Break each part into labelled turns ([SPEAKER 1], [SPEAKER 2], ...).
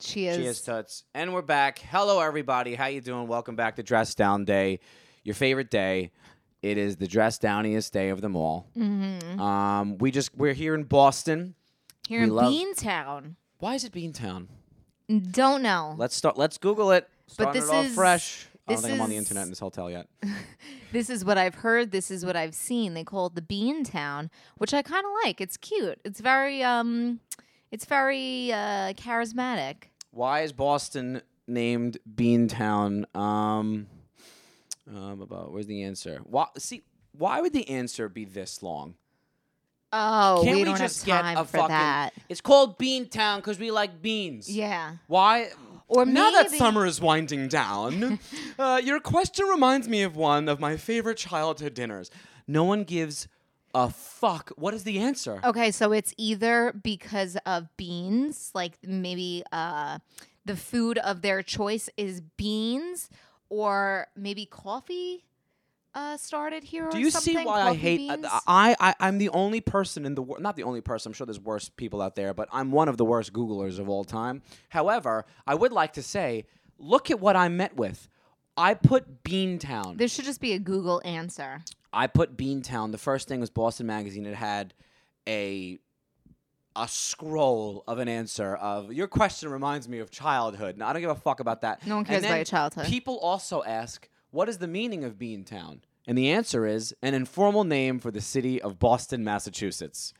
[SPEAKER 1] She is.
[SPEAKER 2] Cheers, Toots. And we're back. Hello, everybody. How you doing? Welcome back to Dress Down Day, your favorite day. It is the dress downiest day of them all.
[SPEAKER 1] Mm-hmm.
[SPEAKER 2] Um, we just we're here in Boston.
[SPEAKER 1] Here
[SPEAKER 2] We
[SPEAKER 1] in
[SPEAKER 2] love-
[SPEAKER 1] Beantown.
[SPEAKER 2] Why is it Beantown?
[SPEAKER 1] Don't know.
[SPEAKER 2] Let's start. Let's Google it. Starting
[SPEAKER 1] this
[SPEAKER 2] it off
[SPEAKER 1] is-
[SPEAKER 2] fresh. I don't
[SPEAKER 1] this
[SPEAKER 2] think I'm on the
[SPEAKER 1] is-
[SPEAKER 2] internet in this hotel yet.
[SPEAKER 1] This is what I've heard. This is what I've seen. They call it the Bean Town, which I kind of like. It's cute. It's very um, it's very uh, charismatic.
[SPEAKER 2] Why is Boston named Beantown? Um, um, about where's the answer? Why see? Why would the answer be this long?
[SPEAKER 1] Oh,
[SPEAKER 2] Can't
[SPEAKER 1] we,
[SPEAKER 2] we
[SPEAKER 1] don't
[SPEAKER 2] just
[SPEAKER 1] have
[SPEAKER 2] get
[SPEAKER 1] time
[SPEAKER 2] a
[SPEAKER 1] for
[SPEAKER 2] fucking?
[SPEAKER 1] that.
[SPEAKER 2] It's called Beantown because we like beans.
[SPEAKER 1] Yeah.
[SPEAKER 2] Why?
[SPEAKER 1] Or
[SPEAKER 2] now that
[SPEAKER 1] maybe-
[SPEAKER 2] summer is winding down, uh, your question reminds me of one of my favorite childhood dinners. No one gives a fuck. What is the answer?
[SPEAKER 1] Okay, so it's either because of beans, like maybe uh, the food of their choice is beans, or maybe coffee uh, started here.
[SPEAKER 2] Do
[SPEAKER 1] or
[SPEAKER 2] you
[SPEAKER 1] something.
[SPEAKER 2] see why I
[SPEAKER 1] Coffee
[SPEAKER 2] hate? I,
[SPEAKER 1] beans?
[SPEAKER 2] I, I I'm the only person in the world. Not the only person. I'm sure there's worse people out there, but I'm one of the worst Googlers of all time. However, I would like to say, look at what I met with. I put Beantown.
[SPEAKER 1] there should just be a Google answer.
[SPEAKER 2] I put Beantown. The first thing was Boston Magazine. It had a a scroll of an answer of your question reminds me of childhood. Now I don't give a fuck about that.
[SPEAKER 1] No one
[SPEAKER 2] And
[SPEAKER 1] cares about
[SPEAKER 2] then
[SPEAKER 1] your childhood.
[SPEAKER 2] People also ask, what is the meaning of Beantown? And the answer is an informal name for the city of Boston, Massachusetts.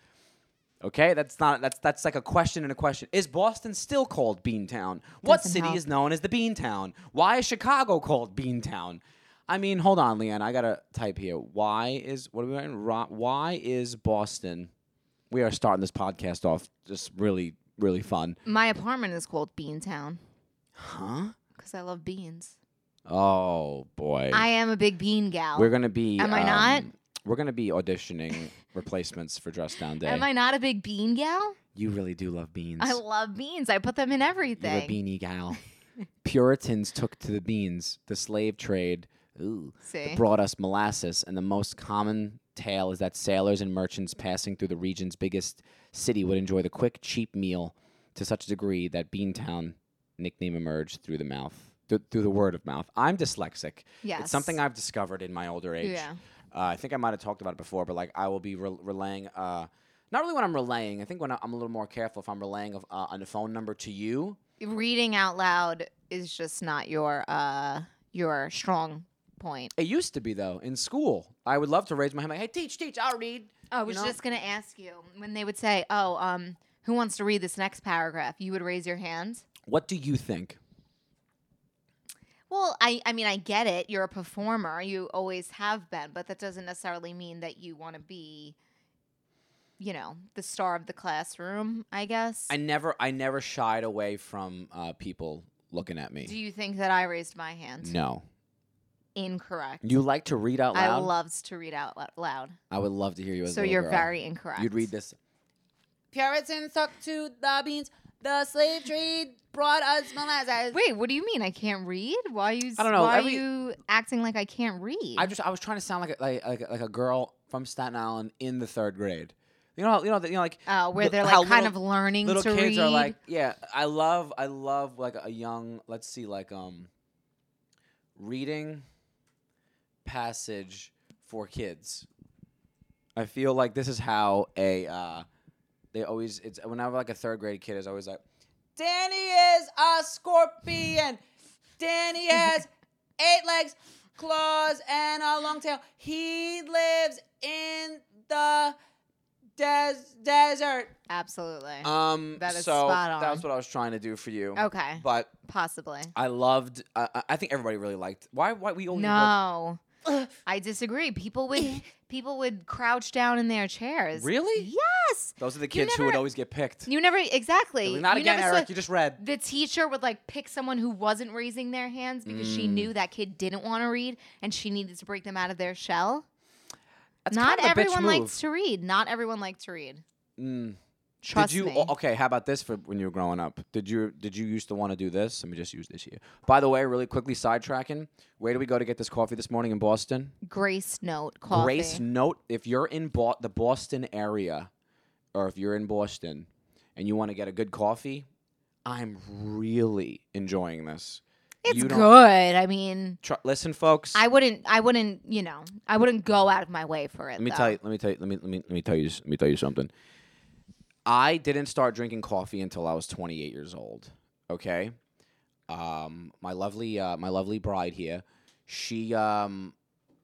[SPEAKER 2] Okay, that's not that's that's like a question and a question. Is Boston still called Beantown? What
[SPEAKER 1] Doesn't
[SPEAKER 2] city
[SPEAKER 1] help.
[SPEAKER 2] is known as the Beantown? Why is Chicago called Beantown? I mean, hold on, Leanne. I gotta type here. Why is what are we writing? Ro- Why is Boston? We are starting this podcast off just really, really fun,
[SPEAKER 1] My apartment is called Bean Town
[SPEAKER 2] huh?
[SPEAKER 1] because I love beans.
[SPEAKER 2] Oh boy,
[SPEAKER 1] I am a big bean gal.
[SPEAKER 2] we're gonna be.
[SPEAKER 1] Am I not?
[SPEAKER 2] um, We're gonna be auditioning replacements for Dress Down Day.
[SPEAKER 1] Am I not a big bean gal?
[SPEAKER 2] you really do love beans.
[SPEAKER 1] I love beans. I put them in
[SPEAKER 2] You're a
[SPEAKER 1] everything.
[SPEAKER 2] beanie gal. Puritans took to the beans. The slave trade ooh,
[SPEAKER 1] See?
[SPEAKER 2] brought us molasses, and the most common tale is that sailors and merchants passing through the region's biggest city would enjoy the quick, cheap meal to such a degree that Beantown nickname emerged through the mouth, th- through the word of mouth. I'm dyslexic.
[SPEAKER 1] Yes.
[SPEAKER 2] It's something I've discovered in my older age.
[SPEAKER 1] Yeah.
[SPEAKER 2] Uh, I think I might have talked about it before, but like I will be re- relaying, uh, not really when I'm relaying. I think when I- I'm a little more careful if I'm relaying of, uh, on the phone number to you,
[SPEAKER 1] Reading out loud is just not your uh your strong point.
[SPEAKER 2] It used to be though in school. I would love to raise my hand like, "Hey, teach, teach, I'll read."
[SPEAKER 1] Oh, I
[SPEAKER 2] You
[SPEAKER 1] was
[SPEAKER 2] know?
[SPEAKER 1] just gonna ask you when they would say, "Oh, um, who wants to read this next paragraph?" You would raise your hand.
[SPEAKER 2] What do you think?
[SPEAKER 1] Well, I, I mean, I get it. You're a performer. You always have been, but that doesn't necessarily mean that you want to be, you know, the star of the classroom, I guess.
[SPEAKER 2] I never, I never shied away from uh, people looking at me.
[SPEAKER 1] Do you think that I raised my hand?
[SPEAKER 2] no,
[SPEAKER 1] Incorrect.
[SPEAKER 2] you like to read out
[SPEAKER 1] I
[SPEAKER 2] loud.
[SPEAKER 1] loves to read out lou- loud.
[SPEAKER 2] I would love to hear you. As a
[SPEAKER 1] So
[SPEAKER 2] little
[SPEAKER 1] you're
[SPEAKER 2] girl.
[SPEAKER 1] very incorrect.
[SPEAKER 2] You'd read this.
[SPEAKER 3] Puritans took to the beans. The slave trade brought us molasses.
[SPEAKER 1] Wait, what do you mean I can't read? Why are you?
[SPEAKER 2] I don't know,
[SPEAKER 1] Why
[SPEAKER 2] every-
[SPEAKER 1] are you acting like I can't read?
[SPEAKER 2] I just, I was trying to sound like a, like, like, like a girl from Staten Island in the third grade. You know, how- you know, that- you know, like
[SPEAKER 1] uh, where
[SPEAKER 2] li-
[SPEAKER 1] they're
[SPEAKER 2] how
[SPEAKER 1] like kind
[SPEAKER 2] little-
[SPEAKER 1] of learning
[SPEAKER 2] little
[SPEAKER 1] to read.
[SPEAKER 2] kids are like yeah i love i love like a young let's see like um reading passage for kids i feel like this is how a uh they always it's whenever like a third grade kid is always like
[SPEAKER 3] Danny is a scorpion. Danny has eight legs, claws, and a long tail. He lives in the des- desert.
[SPEAKER 1] Absolutely.
[SPEAKER 2] um
[SPEAKER 1] That is
[SPEAKER 2] so
[SPEAKER 1] spot
[SPEAKER 2] that
[SPEAKER 1] on.
[SPEAKER 2] was what i was trying to do for you
[SPEAKER 1] okay,
[SPEAKER 2] but
[SPEAKER 1] possibly.
[SPEAKER 2] i loved I I- i think everybody really liked why why we only Eh.
[SPEAKER 1] No, I disagree. People would people would crouch down in their chairs.
[SPEAKER 2] really
[SPEAKER 1] Yes.
[SPEAKER 2] those are the
[SPEAKER 1] You
[SPEAKER 2] kids who would
[SPEAKER 1] never-
[SPEAKER 2] always get picked
[SPEAKER 1] You never exactly.
[SPEAKER 2] not
[SPEAKER 1] you
[SPEAKER 2] again
[SPEAKER 1] never saw-
[SPEAKER 2] eric you just read
[SPEAKER 1] the teacher would like pick someone who wasn't raising their hands because she
[SPEAKER 2] Mm.
[SPEAKER 1] knew that kid didn't want to read and she needed to break them out of their shell.
[SPEAKER 2] That's
[SPEAKER 1] Not
[SPEAKER 2] kind of a bitch
[SPEAKER 1] everyone
[SPEAKER 2] move.
[SPEAKER 1] likes to read. Not everyone likes to read.
[SPEAKER 2] Mm.
[SPEAKER 1] Trust
[SPEAKER 2] did you
[SPEAKER 1] me.
[SPEAKER 2] oh, okay? How about this for when you were growing up? Did you did you used to want to do this? Let me just use this here. By the way, really quickly sidetracking. Where do we go to get this coffee this morning in Boston?
[SPEAKER 1] Grace note coffee.
[SPEAKER 2] Grace Note. If you're in Bo- the Boston area, or if you're in Boston, and you want to get a good coffee, I'm really enjoying this.
[SPEAKER 1] It's
[SPEAKER 2] You
[SPEAKER 1] good.
[SPEAKER 2] don't-
[SPEAKER 1] I mean,
[SPEAKER 2] Tr- listen, folks.
[SPEAKER 1] I wouldn't. I wouldn't. You know, I wouldn't go out of my way for it.
[SPEAKER 2] let me
[SPEAKER 1] though.
[SPEAKER 2] tell you. Let me tell you. Let me let me let me tell you. s- Let me tell you something. I didn't start drinking coffee until I was 28 years old. Okay. Um, my lovely uh, my lovely bride here. She um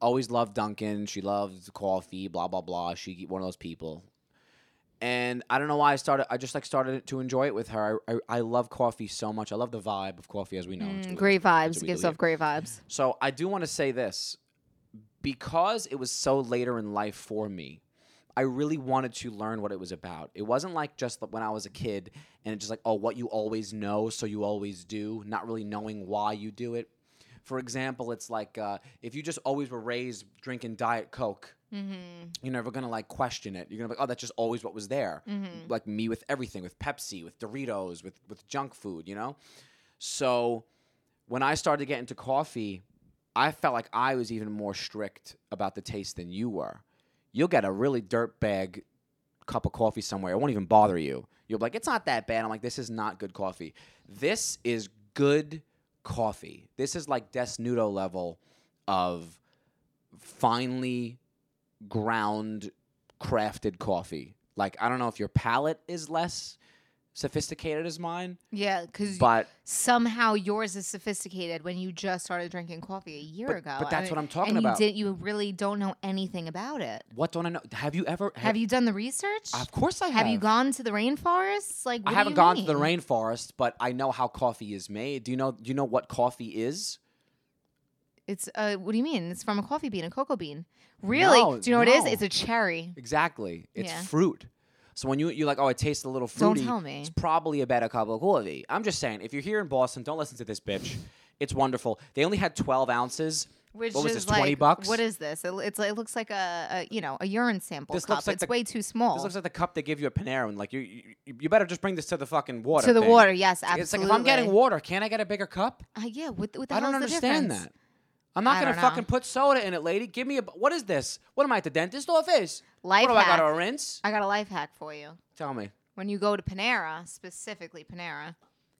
[SPEAKER 2] always loved Dunkin'. She loved coffee. Blah blah blah. She one of those people. And I don't know why I started. I just like started to enjoy it with her. I, I, I love coffee so much. I love the vibe of coffee, as we know. It's
[SPEAKER 1] Mm,
[SPEAKER 2] really-
[SPEAKER 1] great
[SPEAKER 2] That's
[SPEAKER 1] vibes.
[SPEAKER 2] what we
[SPEAKER 1] Gives
[SPEAKER 2] believe.
[SPEAKER 1] off great vibes.
[SPEAKER 2] So I do want to say this because it was so later in life for me. I really wanted to learn what it was about. It wasn't like just when I was a kid and it's just like, oh, what you always know, so you always do, not really knowing why you do it. For example, it's like uh, if you just always were raised drinking Diet Coke,
[SPEAKER 1] Mm-hmm.
[SPEAKER 2] you're never gonna like question it. You're gonna be like, oh, that's just always what was there
[SPEAKER 1] Mm-hmm.
[SPEAKER 2] like me with everything with Pepsi, with Doritos, with with junk food, you know? So when I started to get into coffee, I felt like I was even more strict about the taste than you were. You'll get a really dirtbag cup of coffee somewhere. It won't even bother you. You'll be like, it's not that bad. I'm like, this is not good coffee. This is good coffee. This is like Desnudo level of finely ground crafted coffee. Like I don't know if your palate is less sophisticated as mine,
[SPEAKER 1] Yeah, because
[SPEAKER 2] but
[SPEAKER 1] somehow yours is sophisticated when you just started drinking coffee a year
[SPEAKER 2] but,
[SPEAKER 1] ago.
[SPEAKER 2] but that's
[SPEAKER 1] I mean,
[SPEAKER 2] what I'm talking
[SPEAKER 1] and
[SPEAKER 2] about.
[SPEAKER 1] you didn't. You really don't know anything about it.
[SPEAKER 2] what don't I know? Have you ever?
[SPEAKER 1] Have you done the research?
[SPEAKER 2] Of course I have.
[SPEAKER 1] Have you gone to the rainforests? Like what
[SPEAKER 2] I
[SPEAKER 1] do
[SPEAKER 2] haven't
[SPEAKER 1] you
[SPEAKER 2] gone to the
[SPEAKER 1] mean?
[SPEAKER 2] rainforest, but I know how coffee is made. Do you know? Do you know what coffee is?
[SPEAKER 1] It's uh, what do you mean? It's from a coffee bean, a cocoa bean. Really?
[SPEAKER 2] No,
[SPEAKER 1] do you know what it is?
[SPEAKER 2] no.
[SPEAKER 1] It's a cherry.
[SPEAKER 2] Exactly. It's
[SPEAKER 1] Yeah.
[SPEAKER 2] fruit. So when you you're like, oh, it tastes a little
[SPEAKER 1] Don't
[SPEAKER 2] fruity.
[SPEAKER 1] tell me.
[SPEAKER 2] It's probably a better cup of coffee. I'm just saying, if you're here in Boston, don't listen to this bitch. It's wonderful. They only had 12 ounces.
[SPEAKER 1] Which
[SPEAKER 2] what was
[SPEAKER 1] is
[SPEAKER 2] this?
[SPEAKER 1] like,
[SPEAKER 2] 20 bucks.
[SPEAKER 1] What is this? It, it's it looks like a, a you know a urine sample
[SPEAKER 2] This
[SPEAKER 1] cup.
[SPEAKER 2] looks like
[SPEAKER 1] it's
[SPEAKER 2] the-
[SPEAKER 1] way too small.
[SPEAKER 2] This looks like the cup they give you at Panera, and like you, you, you better just bring this to the fucking water.
[SPEAKER 1] to the
[SPEAKER 2] thing.
[SPEAKER 1] water, yes,
[SPEAKER 2] It's
[SPEAKER 1] absolutely.
[SPEAKER 2] like if I'm getting water, can't I get a bigger cup?
[SPEAKER 1] uh, yeah, what, what the
[SPEAKER 2] I
[SPEAKER 1] hell's
[SPEAKER 2] don't
[SPEAKER 1] the
[SPEAKER 2] understand
[SPEAKER 1] difference?
[SPEAKER 2] that. I'm not
[SPEAKER 1] I
[SPEAKER 2] gonna
[SPEAKER 1] don't know.
[SPEAKER 2] fucking put soda in it, lady. Give me a. What is this? What am I at the dentist office?
[SPEAKER 1] Life
[SPEAKER 2] what do I
[SPEAKER 1] hack.
[SPEAKER 2] got to rinse?
[SPEAKER 1] I got a life hack for you.
[SPEAKER 2] Tell me.
[SPEAKER 1] When you go to Panera, specifically Panera,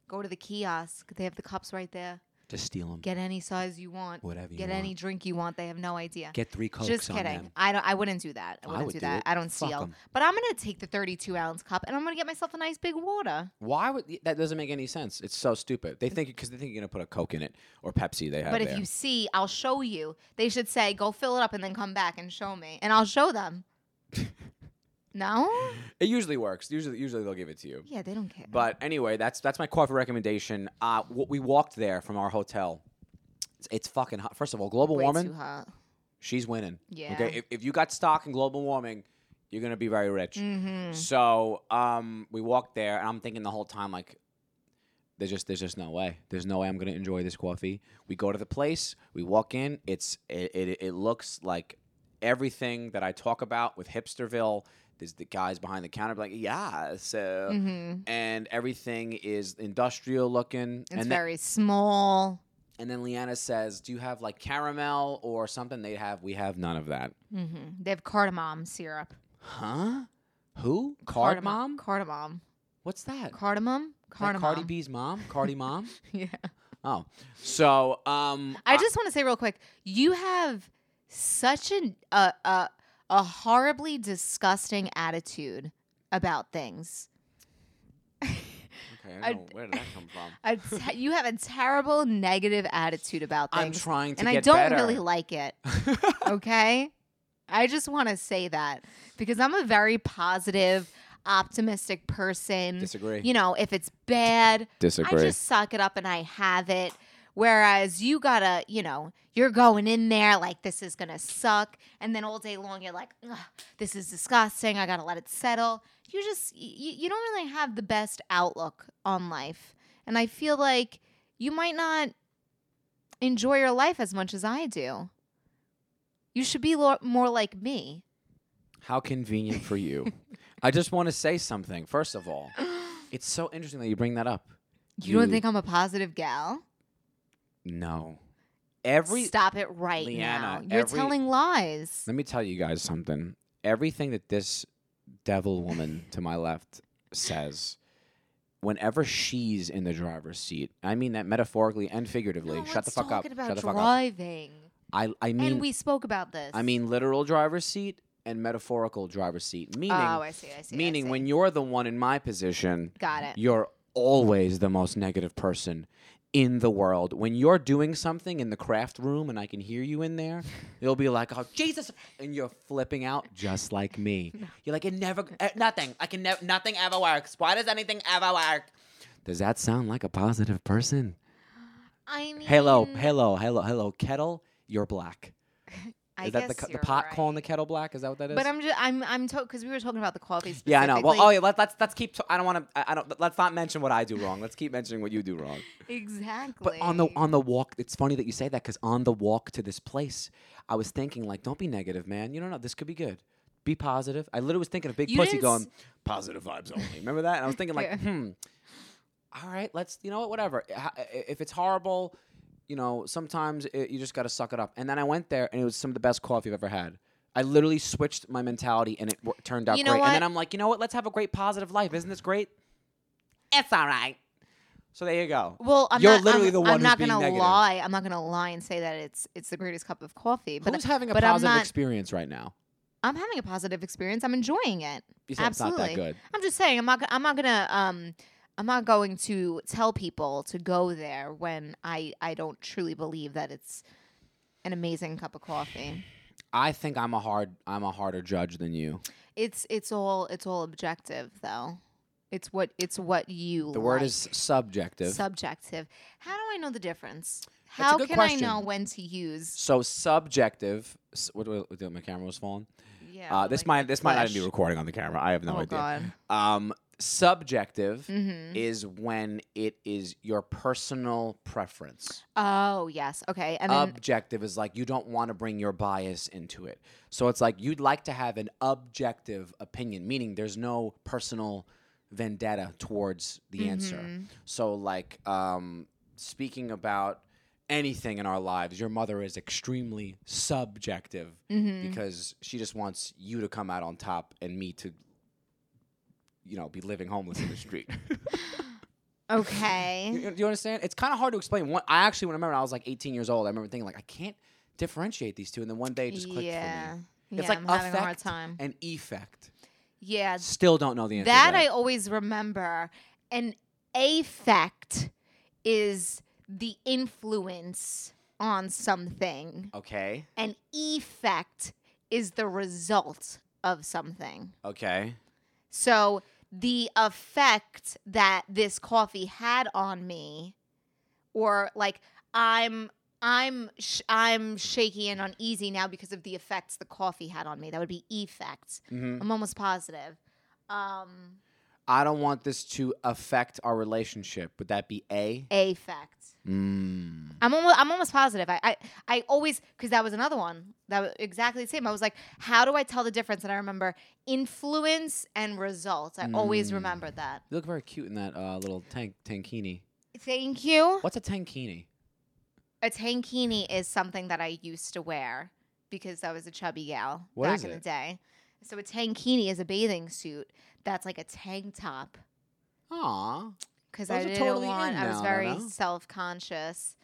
[SPEAKER 1] go to the kiosk. They have the cups right there.
[SPEAKER 2] Just steal them. Get,
[SPEAKER 1] Get any size you want.
[SPEAKER 2] Whatever you
[SPEAKER 1] Get any
[SPEAKER 2] want.
[SPEAKER 1] drink you want. They have no idea.
[SPEAKER 2] three cokes
[SPEAKER 1] Just
[SPEAKER 2] on
[SPEAKER 1] kidding.
[SPEAKER 2] them.
[SPEAKER 1] I don't. I wouldn't do that. I wouldn't
[SPEAKER 2] would
[SPEAKER 1] do
[SPEAKER 2] do
[SPEAKER 1] that.
[SPEAKER 2] it.
[SPEAKER 1] I don't
[SPEAKER 2] Fuck
[SPEAKER 1] steal.
[SPEAKER 2] 'em.
[SPEAKER 1] But I'm gonna take the 32 ounce cup and I'm gonna get myself a nice big water.
[SPEAKER 2] Why would that doesn't make any sense? It's so stupid. They think because they think you're gonna put a coke in it or Pepsi. They have.
[SPEAKER 1] But
[SPEAKER 2] there.
[SPEAKER 1] if you see, I'll show you. They should say, "Go fill it up and then come back and show me," and I'll show them. no.
[SPEAKER 2] it usually works. Usually, usually they'll give it to you.
[SPEAKER 1] Yeah, they don't care.
[SPEAKER 2] But anyway, that's that's my coffee recommendation. Uh, w- we walked there from our hotel. It's, it's fucking hot. First of all, global
[SPEAKER 1] Way too
[SPEAKER 2] warming,
[SPEAKER 1] hot.
[SPEAKER 2] she's winning.
[SPEAKER 1] Yeah.
[SPEAKER 2] Okay. If, if you got stock in global warming, you're gonna be very rich.
[SPEAKER 1] Mm-hmm.
[SPEAKER 2] So um, we walked there, and I'm thinking the whole time like, there's just there's just no way. There's no way I'm gonna enjoy this coffee. We go to the place, we walk in. It's it it, it looks like everything that I talk about with Hipsterville. There's the guys behind the counter be like, yeah, so
[SPEAKER 1] Mm-hmm.
[SPEAKER 2] and everything is industrial looking.
[SPEAKER 1] It's
[SPEAKER 2] and, then,
[SPEAKER 1] very small.
[SPEAKER 2] and then Leanna says, "Do you have like caramel or something?" They have. We have none of that.
[SPEAKER 1] Mm-hmm. They have cardamom syrup.
[SPEAKER 2] Huh? Who? Card mom?
[SPEAKER 1] Cardamom.
[SPEAKER 2] What's that?
[SPEAKER 1] Cardamom.
[SPEAKER 2] Is that
[SPEAKER 1] Cardamom.
[SPEAKER 2] Cardi B's mom. Cardi mom.
[SPEAKER 1] Yeah.
[SPEAKER 2] Oh, so um,
[SPEAKER 1] I just want to say real quick, you have such an a a a horribly disgusting attitude about things.
[SPEAKER 2] okay. I
[SPEAKER 1] I-
[SPEAKER 2] don't know, where did that come from?
[SPEAKER 1] A te- you have a terrible negative attitude about
[SPEAKER 2] I'm
[SPEAKER 1] things,
[SPEAKER 2] trying to
[SPEAKER 1] and
[SPEAKER 2] get
[SPEAKER 1] I don't
[SPEAKER 2] better.
[SPEAKER 1] really like it. okay? I just want to say that because I'm a very positive, optimistic person.
[SPEAKER 2] Disagree.
[SPEAKER 1] You know, if it's bad,
[SPEAKER 2] Disagree.
[SPEAKER 1] I just suck it up and I have it. Whereas you gotta, you know, you're going in there like this is gonna suck, and then all day long you're like, Ugh, this is disgusting. I gotta let it settle. You just, y- y- you don't really have the best outlook on life, and I feel like you might not enjoy your life as much as I do. You should be lo- more like me.
[SPEAKER 2] How convenient for you. I just want to say something. First of all, it's so interesting that you bring that up.
[SPEAKER 1] You don't
[SPEAKER 2] You-
[SPEAKER 1] think I'm a positive gal?
[SPEAKER 2] No. Every
[SPEAKER 1] Stop it right
[SPEAKER 2] Liana,
[SPEAKER 1] now. You're
[SPEAKER 2] every-
[SPEAKER 1] telling lies.
[SPEAKER 2] Let me tell you guys something. Everything that this devil woman to my left says whenever she's in the driver's seat, I mean that metaphorically and figuratively.
[SPEAKER 1] No
[SPEAKER 2] Shut the
[SPEAKER 1] one's
[SPEAKER 2] fuck up.
[SPEAKER 1] talking about
[SPEAKER 2] Shut the fuck up.
[SPEAKER 1] driving.
[SPEAKER 2] I I mean
[SPEAKER 1] and we spoke about this.
[SPEAKER 2] I mean literal driver's seat and metaphorical driver's seat. Meaning
[SPEAKER 1] oh, I see. I see. I
[SPEAKER 2] meaning
[SPEAKER 1] see.
[SPEAKER 2] when you're the one in my position,
[SPEAKER 1] got it.
[SPEAKER 2] you're always the most negative person in the world. When you're doing something in the craft room and I can hear you in there, you'll be like, "Oh Jesus!" and you're flipping out just like me. You're like, "It never, eh, nothing. I can never, nothing ever works. Why does anything ever work?" Does that sound like a positive person?
[SPEAKER 1] I mean,
[SPEAKER 2] Hello, hello, hello, hello, kettle. You're black.
[SPEAKER 1] I
[SPEAKER 2] is that the,
[SPEAKER 1] guess
[SPEAKER 2] cu- the
[SPEAKER 1] you're
[SPEAKER 2] pot calling the
[SPEAKER 1] right.
[SPEAKER 2] kettle black? Is that what that is?
[SPEAKER 1] But I'm just I'm I'm because we were talking about the coffee.
[SPEAKER 2] yeah, I know. Well,
[SPEAKER 1] specifically.
[SPEAKER 2] oh yeah. Let, let's let's keep. T- I don't want to. I, I don't. Let's not mention what I do wrong. Let's keep mentioning what you do wrong.
[SPEAKER 1] exactly.
[SPEAKER 2] oh, But on the on the walk, it's funny that you say that because on the walk to this place, I was thinking like, don't be negative, man. You don't know this could be good. Be positive. I literally was thinking of Big
[SPEAKER 1] You
[SPEAKER 2] Pussy
[SPEAKER 1] didn't s-
[SPEAKER 2] going positive vibes only. Remember that? And I was thinking like,
[SPEAKER 1] Yeah.
[SPEAKER 2] hmm. All right, let's. You know what? Whatever. Ha- i- If it's horrible, you know, sometimes it, you just got to suck it up. And then I went there, and it was some of the best coffee I've ever had. I literally switched my mentality, and it w- turned out
[SPEAKER 1] You know
[SPEAKER 2] great.
[SPEAKER 1] what?
[SPEAKER 2] And then I'm like, you know what? Let's have a great positive life. Isn't this great? It's all right. So there you go.
[SPEAKER 1] well, I'm
[SPEAKER 2] you're
[SPEAKER 1] not,
[SPEAKER 2] literally
[SPEAKER 1] I'm,
[SPEAKER 2] the one
[SPEAKER 1] I'm
[SPEAKER 2] who's
[SPEAKER 1] not
[SPEAKER 2] being
[SPEAKER 1] gonna
[SPEAKER 2] negative.
[SPEAKER 1] lie. I'm not gonna lie and say that it's it's the greatest cup of coffee. But
[SPEAKER 2] Who's having a
[SPEAKER 1] but I'm
[SPEAKER 2] positive
[SPEAKER 1] not-
[SPEAKER 2] experience right now?
[SPEAKER 1] I'm having a positive experience. I'm enjoying it.
[SPEAKER 2] You said it's
[SPEAKER 1] Absolutely.
[SPEAKER 2] not that good.
[SPEAKER 1] I'm just saying. I'm not. I'm not gonna. Um, I'm not going to tell people to go there when I I don't truly believe that it's an amazing cup of coffee.
[SPEAKER 2] I think I'm a hard I'm a harder judge than you.
[SPEAKER 1] It's it's all it's all objective though. It's what it's what you.
[SPEAKER 2] The word
[SPEAKER 1] like.
[SPEAKER 2] is subjective.
[SPEAKER 1] subjective. How do I know the difference?
[SPEAKER 2] a
[SPEAKER 1] How
[SPEAKER 2] good
[SPEAKER 1] can
[SPEAKER 2] question.
[SPEAKER 1] I know when to use?
[SPEAKER 2] so subjective. s- What, what, what- my camera was falling.
[SPEAKER 1] Yeah.
[SPEAKER 2] uh, this
[SPEAKER 1] like
[SPEAKER 2] might this might not
[SPEAKER 1] push.
[SPEAKER 2] even be recording on the camera. I have no
[SPEAKER 1] oh
[SPEAKER 2] idea.
[SPEAKER 1] god.
[SPEAKER 2] Um, subjective
[SPEAKER 1] hmm
[SPEAKER 2] is when it is your personal preference.
[SPEAKER 1] Oh yes. Okay. And then
[SPEAKER 2] objective is like you don't want to bring your bias into it. So it's like you'd like to have an objective opinion, meaning there's no personal vendetta towards the answer.
[SPEAKER 1] Mhm.
[SPEAKER 2] So like um, speaking about anything in our lives, your mother is extremely subjective
[SPEAKER 1] Mhm.
[SPEAKER 2] because she just wants you to come out on top and me to you know be living homeless in the street. You,
[SPEAKER 1] Okay.
[SPEAKER 2] you- do you understand? It's kind of hard to explain. One, I actually remember when I was like 18 years old. I remember thinking like I can't differentiate these two, and then one day it just clicked
[SPEAKER 1] yeah.
[SPEAKER 2] for me.
[SPEAKER 1] Yeah,
[SPEAKER 2] like
[SPEAKER 1] I'm having a hard
[SPEAKER 2] affect
[SPEAKER 1] time.
[SPEAKER 2] And effect.
[SPEAKER 1] Yeah.
[SPEAKER 2] Still don't know the answer.
[SPEAKER 1] That
[SPEAKER 2] to
[SPEAKER 1] I always remember. An affect is the influence on something.
[SPEAKER 2] Okay.
[SPEAKER 1] An effect is the result of something.
[SPEAKER 2] Okay.
[SPEAKER 1] So the effect that this coffee had on me, or like I'm I'm sh- I'm shaky and uneasy now because of the effects the coffee had on me. That would be effects.
[SPEAKER 2] hmm
[SPEAKER 1] I'm almost positive. Um,
[SPEAKER 2] I don't want this to affect our relationship. Would that be a?
[SPEAKER 1] affect.
[SPEAKER 2] Mm.
[SPEAKER 1] I'm almost I'm almost positive. I I, I always because that was another one that was exactly the same. I was like, how do I tell the difference? And I remember influence and results. I always
[SPEAKER 2] Mm.
[SPEAKER 1] remembered that.
[SPEAKER 2] You look very cute in that uh, little tank tankini.
[SPEAKER 1] Thank you.
[SPEAKER 2] What's a tankini?
[SPEAKER 1] A tankini is something that I used to wear because I was a chubby gal
[SPEAKER 2] What
[SPEAKER 1] back
[SPEAKER 2] is
[SPEAKER 1] in the
[SPEAKER 2] it?
[SPEAKER 1] day. So a tankini is a bathing suit that's like a tank top
[SPEAKER 2] Aw.
[SPEAKER 1] because
[SPEAKER 2] Those
[SPEAKER 1] I
[SPEAKER 2] are
[SPEAKER 1] didn't
[SPEAKER 2] totally
[SPEAKER 1] want.
[SPEAKER 2] in
[SPEAKER 1] I was
[SPEAKER 2] now,
[SPEAKER 1] very
[SPEAKER 2] Nana.
[SPEAKER 1] self-conscious,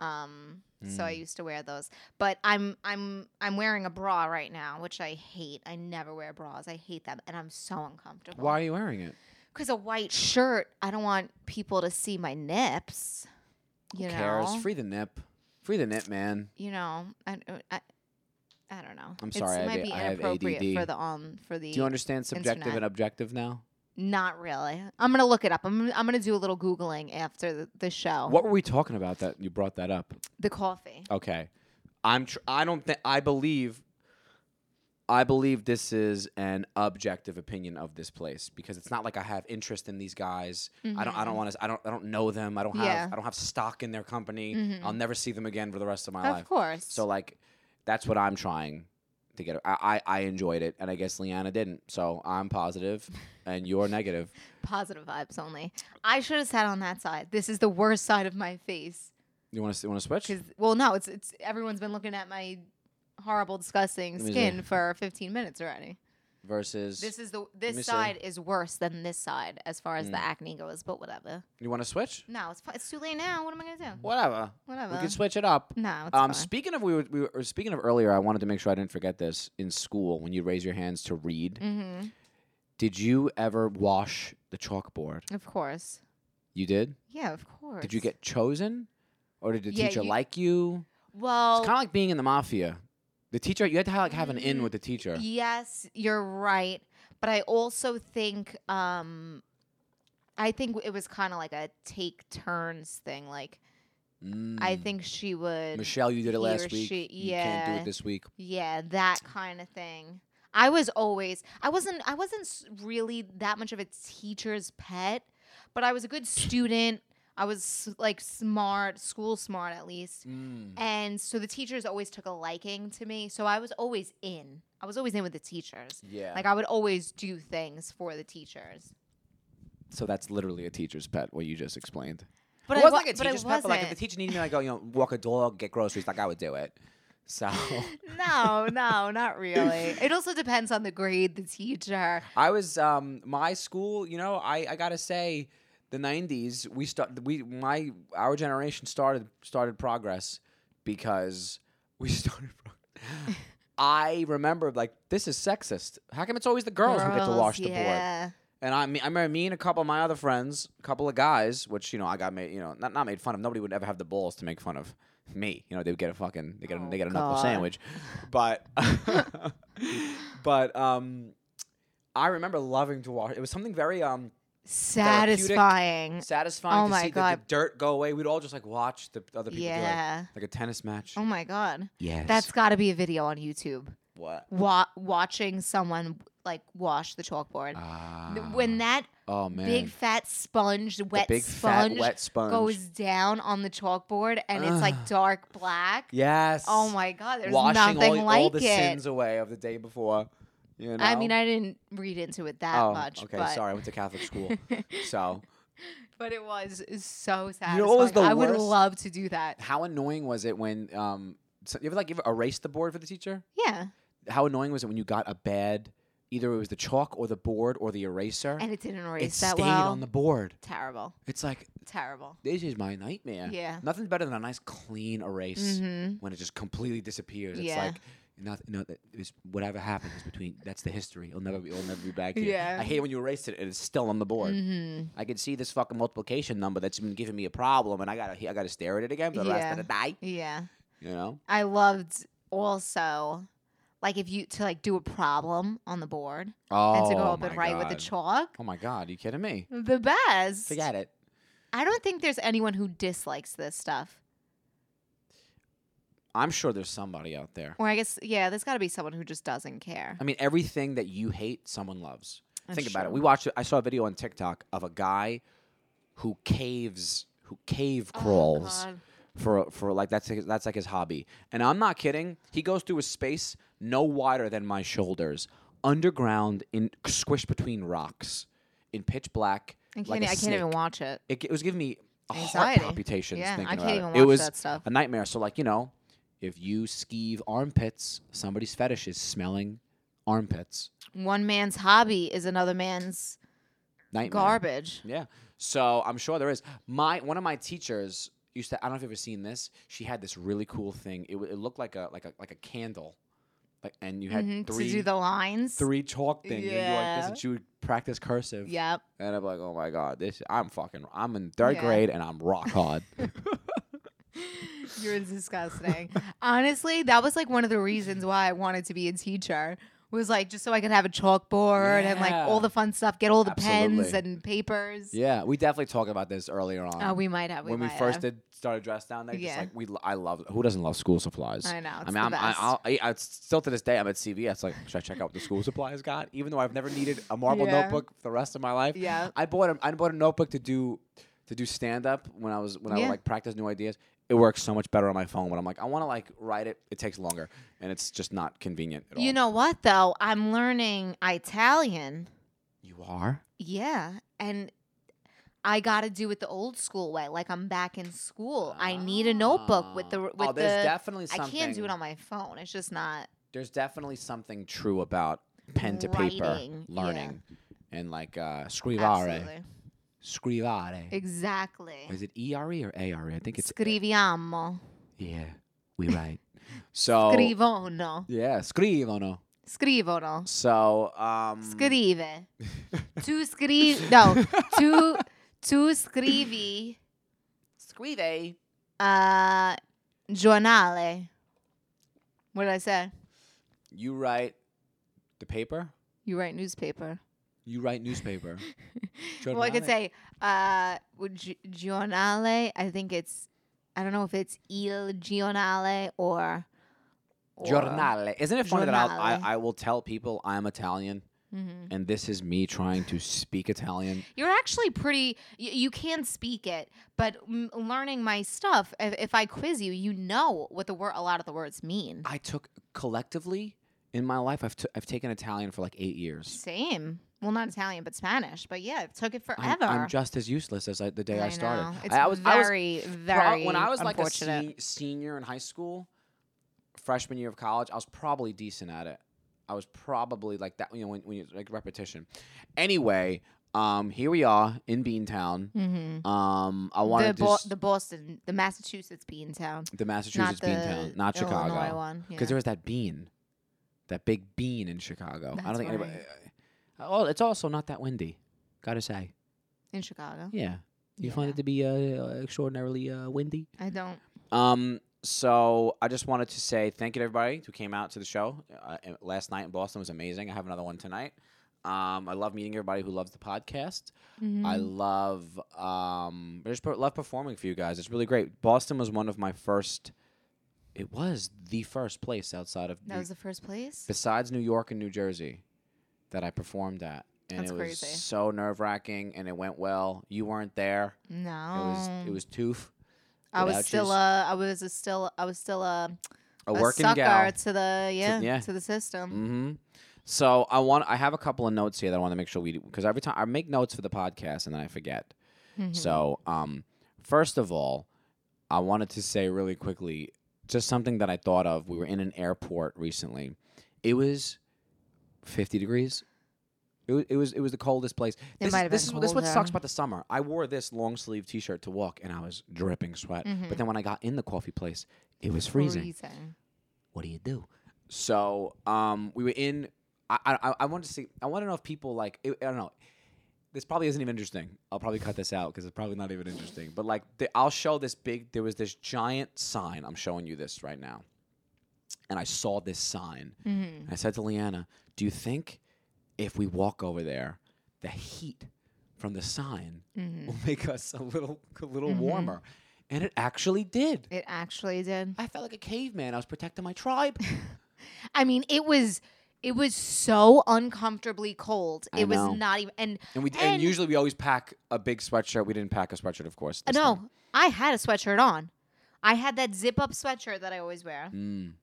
[SPEAKER 1] um, so I
[SPEAKER 2] Mm.
[SPEAKER 1] used to wear those. But I'm I'm I'm wearing a bra right now, which I hate. I never wear bras. I hate them, and I'm so uncomfortable.
[SPEAKER 2] Why are you wearing it?
[SPEAKER 1] Because a white shirt, I don't want people to see my nips. You
[SPEAKER 2] Who
[SPEAKER 1] know.
[SPEAKER 2] cares? Free the nip. Free the nip, man.
[SPEAKER 1] you know, I, I, I don't know.
[SPEAKER 2] I'm
[SPEAKER 1] it
[SPEAKER 2] sorry, I have
[SPEAKER 1] might
[SPEAKER 2] A-
[SPEAKER 1] be
[SPEAKER 2] I have
[SPEAKER 1] inappropriate
[SPEAKER 2] ADD.
[SPEAKER 1] for the um for the.
[SPEAKER 2] Do you understand subjective
[SPEAKER 1] internet.
[SPEAKER 2] and objective now?
[SPEAKER 1] Not really. I'm gonna look it up. I'm I'm gonna do a little googling after the, the show.
[SPEAKER 2] What were we talking about that you brought that up?
[SPEAKER 1] The coffee.
[SPEAKER 2] Okay. I'm tr- I don't think I believe I believe this is an objective opinion of this place because it's not like I have interest in these guys. I don't I don't want to I don't I don't know them. I don't have
[SPEAKER 1] Mm-hmm. Yeah.
[SPEAKER 2] I don't have stock in their company.
[SPEAKER 1] Mhm.
[SPEAKER 2] I'll never see them again for the rest of my
[SPEAKER 1] of
[SPEAKER 2] life.
[SPEAKER 1] course.
[SPEAKER 2] So like that's what I'm trying to get. I, I I enjoyed it and I guess Leanna didn't. So I'm positive and you're negative.
[SPEAKER 1] positive vibes only. I should have sat on that side. This is the worst side of my face.
[SPEAKER 2] You want to want to switch?
[SPEAKER 1] Cause well, no, it's it's everyone's been looking at my horrible, disgusting
[SPEAKER 2] Let me see.
[SPEAKER 1] skin for 15 minutes already.
[SPEAKER 2] versus.
[SPEAKER 1] This is the
[SPEAKER 2] me see. Hmm.
[SPEAKER 1] this side is worse than this side as far as the acne goes, but whatever.
[SPEAKER 2] you want to switch?
[SPEAKER 1] No, it's fi- it's too late now. What am I gonna do?
[SPEAKER 2] Whatever.
[SPEAKER 1] Uh-huh. Whatever.
[SPEAKER 2] We could switch it up.
[SPEAKER 1] No, it's
[SPEAKER 2] Um,
[SPEAKER 1] fine.
[SPEAKER 2] speaking of we were, we were speaking of earlier, I wanted to make sure I didn't forget this. In school, when you raise your hands to read,
[SPEAKER 1] mm-hmm.
[SPEAKER 2] did you ever wash the chalkboard?
[SPEAKER 1] Of course.
[SPEAKER 2] You did.
[SPEAKER 1] Yeah, of course.
[SPEAKER 2] Did you get chosen, or did the
[SPEAKER 1] Yeah,
[SPEAKER 2] teacher
[SPEAKER 1] you-
[SPEAKER 2] like you?
[SPEAKER 1] well?
[SPEAKER 2] It's kind of like being in the mafia. The teacher, you had to have, like have an in
[SPEAKER 1] Mm,
[SPEAKER 2] with the teacher.
[SPEAKER 1] Yes, you're right. But I also think um I think it was kind of like a take turns thing. Like I
[SPEAKER 2] Mm.
[SPEAKER 1] think she would
[SPEAKER 2] Michelle, you did
[SPEAKER 1] he
[SPEAKER 2] it
[SPEAKER 1] or
[SPEAKER 2] last week.
[SPEAKER 1] she-
[SPEAKER 2] You can't do
[SPEAKER 1] yeah.
[SPEAKER 2] it this week.
[SPEAKER 1] Yeah, that kind of thing. I was always I wasn't I wasn't s- really that much of a teacher's pet, but I was a good student. I was s- like smart, school smart at least.
[SPEAKER 2] Mm.
[SPEAKER 1] And so the teachers always took a liking to me. So I was always in. I was always in with the teachers.
[SPEAKER 2] Yeah.
[SPEAKER 1] Like I would always do things for the teachers.
[SPEAKER 2] so that's literally a teacher's pet. What you just explained.
[SPEAKER 1] But
[SPEAKER 2] it
[SPEAKER 1] I
[SPEAKER 2] wasn't
[SPEAKER 1] wa-
[SPEAKER 2] like a
[SPEAKER 1] but I
[SPEAKER 2] teacher's pet, but like if the
[SPEAKER 1] wasn't.
[SPEAKER 2] teacher needed me, I go, you know, walk a dog, get groceries, like I would do it. So
[SPEAKER 1] no, no, not really. It also depends on the grade, the teacher.
[SPEAKER 2] I was um my school, you know, I, I gotta say the nineties, we start we my our generation started started progress because we started progress. I remember like this is sexist. How come it's always the girls, who get to wash the board?
[SPEAKER 1] yeah.
[SPEAKER 2] And I mean, I remember me and a couple of my other friends, a couple of guys, which you know I got made, you know, not not made fun of. Nobody would ever have the balls to make fun of me. You know, they would get a fucking, they get, a,
[SPEAKER 1] Oh,
[SPEAKER 2] they get a knuckle
[SPEAKER 1] God.
[SPEAKER 2] sandwich. But, but um, I remember loving to watch. It was something very um
[SPEAKER 1] Satisfying.
[SPEAKER 2] satisfying
[SPEAKER 1] Oh
[SPEAKER 2] to
[SPEAKER 1] my
[SPEAKER 2] see the- The,
[SPEAKER 1] God.
[SPEAKER 2] dirt go away. We'd all just like watch the other people do it,
[SPEAKER 1] Yeah.
[SPEAKER 2] like a tennis match.
[SPEAKER 1] Oh my god.
[SPEAKER 2] yes,
[SPEAKER 1] That's got to be a video on YouTube.
[SPEAKER 2] what.
[SPEAKER 1] Wa- watching someone like wash the chalkboard. Th- when that
[SPEAKER 2] oh Ah, man,
[SPEAKER 1] big fat sponge,
[SPEAKER 2] The
[SPEAKER 1] wet
[SPEAKER 2] big
[SPEAKER 1] sponge,
[SPEAKER 2] fat wet sponge
[SPEAKER 1] goes down on the chalkboard and it's like
[SPEAKER 2] Ugh.
[SPEAKER 1] dark black.
[SPEAKER 2] Yes.
[SPEAKER 1] Oh my god, there's
[SPEAKER 2] washing
[SPEAKER 1] nothing
[SPEAKER 2] all,
[SPEAKER 1] like
[SPEAKER 2] all the
[SPEAKER 1] it.
[SPEAKER 2] sins away of the day before. You know?
[SPEAKER 1] I mean, I didn't read into it that
[SPEAKER 2] oh,
[SPEAKER 1] much.
[SPEAKER 2] Okay,
[SPEAKER 1] but,
[SPEAKER 2] sorry, I went to Catholic school, so
[SPEAKER 1] but it was so sad.
[SPEAKER 2] know what was the
[SPEAKER 1] I would
[SPEAKER 2] worst?
[SPEAKER 1] love to do that.
[SPEAKER 2] how annoying was it when um so you ever like you ever erase the board for the teacher?
[SPEAKER 1] Yeah,
[SPEAKER 2] How annoying was it when you got a bad either it was the chalk or the board or the eraser?
[SPEAKER 1] and it didn't erase
[SPEAKER 2] it
[SPEAKER 1] that
[SPEAKER 2] stayed
[SPEAKER 1] well.
[SPEAKER 2] on the board.
[SPEAKER 1] terrible,
[SPEAKER 2] It's like
[SPEAKER 1] terrible.
[SPEAKER 2] this is my nightmare.
[SPEAKER 1] Yeah.
[SPEAKER 2] nothing's better than a nice clean erase
[SPEAKER 1] Mm-hmm.
[SPEAKER 2] when it just completely disappears. It's
[SPEAKER 1] Yeah.
[SPEAKER 2] like. Not, no, that it was whatever happened is between. That's the history. It'll never be. It'll never be back here.
[SPEAKER 1] Yeah.
[SPEAKER 2] I hate when you erase it and it's still on the board.
[SPEAKER 1] Mm-hmm.
[SPEAKER 2] I can see this fucking multiplication number that's been giving me a problem, and I gotta I gotta stare at it again for the rest
[SPEAKER 1] Yeah.
[SPEAKER 2] of the day.
[SPEAKER 1] Yeah,
[SPEAKER 2] You know?
[SPEAKER 1] I loved also like if you to like do a problem on the board
[SPEAKER 2] Oh,
[SPEAKER 1] and to go up and write with the chalk.
[SPEAKER 2] Oh my god, you kidding me?
[SPEAKER 1] The best.
[SPEAKER 2] Forget it.
[SPEAKER 1] I don't think there's anyone who dislikes this stuff.
[SPEAKER 2] I'm sure there's somebody out there.
[SPEAKER 1] Or I guess yeah, there's got to be someone who just doesn't care.
[SPEAKER 2] I mean, everything that you hate, someone loves.
[SPEAKER 1] That's
[SPEAKER 2] Think about it.
[SPEAKER 1] true.
[SPEAKER 2] We watched. I saw a video on TikTok of a guy who caves, who cave
[SPEAKER 1] Oh,
[SPEAKER 2] crawls
[SPEAKER 1] God.
[SPEAKER 2] for for like that's his, that's like his hobby. And I'm not kidding. He goes through a space no wider than my shoulders, underground, in squished between rocks, in pitch black.
[SPEAKER 1] I can't, e-,
[SPEAKER 2] like a
[SPEAKER 1] I can't
[SPEAKER 2] snake.
[SPEAKER 1] even watch it.
[SPEAKER 2] It, it was giving me a heart
[SPEAKER 1] Anxiety.
[SPEAKER 2] palpitations
[SPEAKER 1] Yeah,
[SPEAKER 2] thinking
[SPEAKER 1] I can't
[SPEAKER 2] about
[SPEAKER 1] even
[SPEAKER 2] it. it
[SPEAKER 1] watch
[SPEAKER 2] was
[SPEAKER 1] that stuff.
[SPEAKER 2] a nightmare. So like you know, if you skeeve armpits, somebody's fetish is smelling armpits.
[SPEAKER 1] One man's hobby is another man's
[SPEAKER 2] Nightmare.
[SPEAKER 1] garbage.
[SPEAKER 2] Yeah. So I'm sure there is. My one of my teachers used to. I don't know if you've ever seen this. She had this really cool thing. It, wa- it looked like a like a like a candle, like and you had
[SPEAKER 1] Mhm,
[SPEAKER 2] three
[SPEAKER 1] to do the lines.
[SPEAKER 2] three chalk things. And you like this,
[SPEAKER 1] Yeah.
[SPEAKER 2] and she would practice cursive.
[SPEAKER 1] Yep.
[SPEAKER 2] And I'm like, oh my god, this I'm fucking. I'm in third
[SPEAKER 1] Yeah.
[SPEAKER 2] grade and I'm rock hard.
[SPEAKER 1] You're disgusting. Honestly, that was like one of the reasons why I wanted to be a teacher. Was like just so I could have a chalkboard and like all
[SPEAKER 2] Yeah.
[SPEAKER 1] the fun stuff, get all the pens
[SPEAKER 2] Absolutely.
[SPEAKER 1] and papers.
[SPEAKER 2] yeah, we definitely talked about this earlier on.
[SPEAKER 1] Oh, we might have.
[SPEAKER 2] when we
[SPEAKER 1] might
[SPEAKER 2] first
[SPEAKER 1] have.
[SPEAKER 2] did started dress down there, just
[SPEAKER 1] Yeah.
[SPEAKER 2] like we, lo- I love who doesn't love school supplies.
[SPEAKER 1] I know,
[SPEAKER 2] I
[SPEAKER 1] it's
[SPEAKER 2] mean,
[SPEAKER 1] the
[SPEAKER 2] I'm, I,
[SPEAKER 1] best.
[SPEAKER 2] I'll, I, I still to this day, I'm at CVS. Like, should I check out what the school supplies got? Even though I've never needed a marble
[SPEAKER 1] Yeah.
[SPEAKER 2] notebook for the rest of my life.
[SPEAKER 1] Yeah.
[SPEAKER 2] I bought a, I bought a notebook to do to do stand up when I was when I would
[SPEAKER 1] Yeah.
[SPEAKER 2] like practice new ideas. It works so much better on my phone when I'm like, I want to like write it. It takes longer, and it's just not convenient at all.
[SPEAKER 1] You know what though? I'm learning Italian.
[SPEAKER 2] you are.
[SPEAKER 1] Yeah, and I got to do it the old school way. Like I'm back in school. I need a notebook with the
[SPEAKER 2] Ah.
[SPEAKER 1] with
[SPEAKER 2] oh,
[SPEAKER 1] the.
[SPEAKER 2] there's definitely
[SPEAKER 1] I
[SPEAKER 2] something.
[SPEAKER 1] can't do it on my phone. It's just not.
[SPEAKER 2] There's definitely something true about pen to paper
[SPEAKER 1] Writing, yeah.
[SPEAKER 2] learning and like uh, scrivare.
[SPEAKER 1] Absolutely.
[SPEAKER 2] Scrivare.
[SPEAKER 1] Exactly.
[SPEAKER 2] Is it E R E or A R E? I think it's
[SPEAKER 1] Scriviamo.
[SPEAKER 2] yeah. We write. So
[SPEAKER 1] Scrivono.
[SPEAKER 2] yeah, scrivono.
[SPEAKER 1] Scrivono.
[SPEAKER 2] So um,
[SPEAKER 1] Scrive. tu scrivi. No. Tu, tu scrivi
[SPEAKER 3] Scrive.
[SPEAKER 1] uh, giornale. What did I say?
[SPEAKER 2] you write the paper.
[SPEAKER 1] You write newspaper.
[SPEAKER 2] You write newspaper.
[SPEAKER 1] Well, I could
[SPEAKER 2] Giornale.
[SPEAKER 1] say uh, would gi- giornale. I think it's. I don't know if it's il giornale or. or-
[SPEAKER 2] Giornale. Isn't it funny that I'll, I,
[SPEAKER 1] Giornale.
[SPEAKER 2] I will tell people I'm Italian
[SPEAKER 1] Mhm.
[SPEAKER 2] and this is me trying to speak Italian?
[SPEAKER 1] You're actually pretty. You, you can speak it, but m- learning my stuff. If, if I quiz you, you know what the word a lot of the words mean.
[SPEAKER 2] I took collectively in my life, I've, t- I've taken Italian for like eight years.
[SPEAKER 1] Same. Well, not Italian, but Spanish. But yeah, it took it
[SPEAKER 2] I'm,
[SPEAKER 1] forever.
[SPEAKER 2] I'm just as useless as I, the day I, started.
[SPEAKER 1] know.
[SPEAKER 2] I-
[SPEAKER 1] It's
[SPEAKER 2] I, was, I was
[SPEAKER 1] very, very.
[SPEAKER 2] Prob- when I was like a
[SPEAKER 1] unfortunate.
[SPEAKER 2] se- senior in high school, freshman year of college, I was probably decent at it. I was probably like that, you know, when, when you like repetition. Anyway, um, here we are in Beantown.
[SPEAKER 1] hmm
[SPEAKER 2] Um, I
[SPEAKER 1] The,
[SPEAKER 2] wanted to
[SPEAKER 1] Bo-
[SPEAKER 2] s-
[SPEAKER 1] the Boston, the Massachusetts bean town,
[SPEAKER 2] the
[SPEAKER 1] not
[SPEAKER 2] Massachusetts
[SPEAKER 1] the
[SPEAKER 2] Beantown, not
[SPEAKER 1] Illinois
[SPEAKER 2] Chicago,
[SPEAKER 1] one.
[SPEAKER 2] because there was that bean, that big bean in Chicago. I
[SPEAKER 1] That's
[SPEAKER 2] don't think anybody. Uh, oh, it's also not that windy. Gotta say,
[SPEAKER 1] yeah, in Chicago.
[SPEAKER 2] yeah. You find
[SPEAKER 1] Yeah.
[SPEAKER 2] it to be uh, extraordinarily uh, windy.
[SPEAKER 1] I don't.
[SPEAKER 2] Um, so I just wanted to say thank you to everybody who came out to the show. Uh, and last night in Boston was amazing. I have another one tonight. Um, I love meeting everybody who loves the podcast.
[SPEAKER 1] mm-hmm.
[SPEAKER 2] I love um, I just per- love performing for you guys. It's really great. Boston was one of my first. It was the first place outside of
[SPEAKER 1] that
[SPEAKER 2] New-
[SPEAKER 1] was the first place.
[SPEAKER 2] besides New York and New Jersey that I performed at, and
[SPEAKER 1] That's
[SPEAKER 2] it was
[SPEAKER 1] crazy.
[SPEAKER 2] so nerve wracking, and it went well. You weren't there.
[SPEAKER 1] No,
[SPEAKER 2] It was it
[SPEAKER 1] Um,
[SPEAKER 2] was Toof,
[SPEAKER 1] I
[SPEAKER 2] without
[SPEAKER 1] was still
[SPEAKER 2] yous.
[SPEAKER 1] a. I was a still. I was still a.
[SPEAKER 2] a, working
[SPEAKER 1] sucker
[SPEAKER 2] gal.
[SPEAKER 1] to the yeah to,
[SPEAKER 2] yeah.
[SPEAKER 1] the system.
[SPEAKER 2] Mm-hmm. So I want I have a couple of notes here that I want to make sure we because every time I make notes for the podcast and then I forget.
[SPEAKER 1] Mhm.
[SPEAKER 2] So um, first of all, I wanted to say really quickly just something that I thought of. We were in an airport recently. It was fifty degrees. It was, it was it was the coldest place.
[SPEAKER 1] It
[SPEAKER 2] this
[SPEAKER 1] might
[SPEAKER 2] is-
[SPEAKER 1] have
[SPEAKER 2] this
[SPEAKER 1] been
[SPEAKER 2] is, this is what
[SPEAKER 1] colder.
[SPEAKER 2] sucks about the summer. I wore this long sleeve T shirt to walk, and I was dripping sweat.
[SPEAKER 1] Mm-hmm.
[SPEAKER 2] But then when I got in the coffee place, it was freezing what do you do? So um, we were in. I, I I wanted to see. I want to know if people like. It, I don't know. This probably isn't even interesting. I'll probably cut this out because it's probably not even interesting. But like, the, I'll show this big. There was this giant sign. I'm showing you this right now. And I saw this sign.
[SPEAKER 1] Mhm.
[SPEAKER 2] I said to Leanna, "Do you think if we walk over there, the heat from the sign
[SPEAKER 1] mm-hmm.
[SPEAKER 2] will make us a little a little warmer?" And Mm-hmm. it actually did.
[SPEAKER 1] It actually did.
[SPEAKER 2] I felt like a caveman. I was protecting my tribe.
[SPEAKER 1] I mean, it was. It was so uncomfortably cold.
[SPEAKER 2] I
[SPEAKER 1] it was
[SPEAKER 2] know.
[SPEAKER 1] not even. And
[SPEAKER 2] And we and,
[SPEAKER 1] And-
[SPEAKER 2] usually we always pack a big sweatshirt. We didn't pack a sweatshirt, of course. this
[SPEAKER 1] no, I had a sweatshirt on. I had that zip up sweatshirt that I always wear.
[SPEAKER 2] time.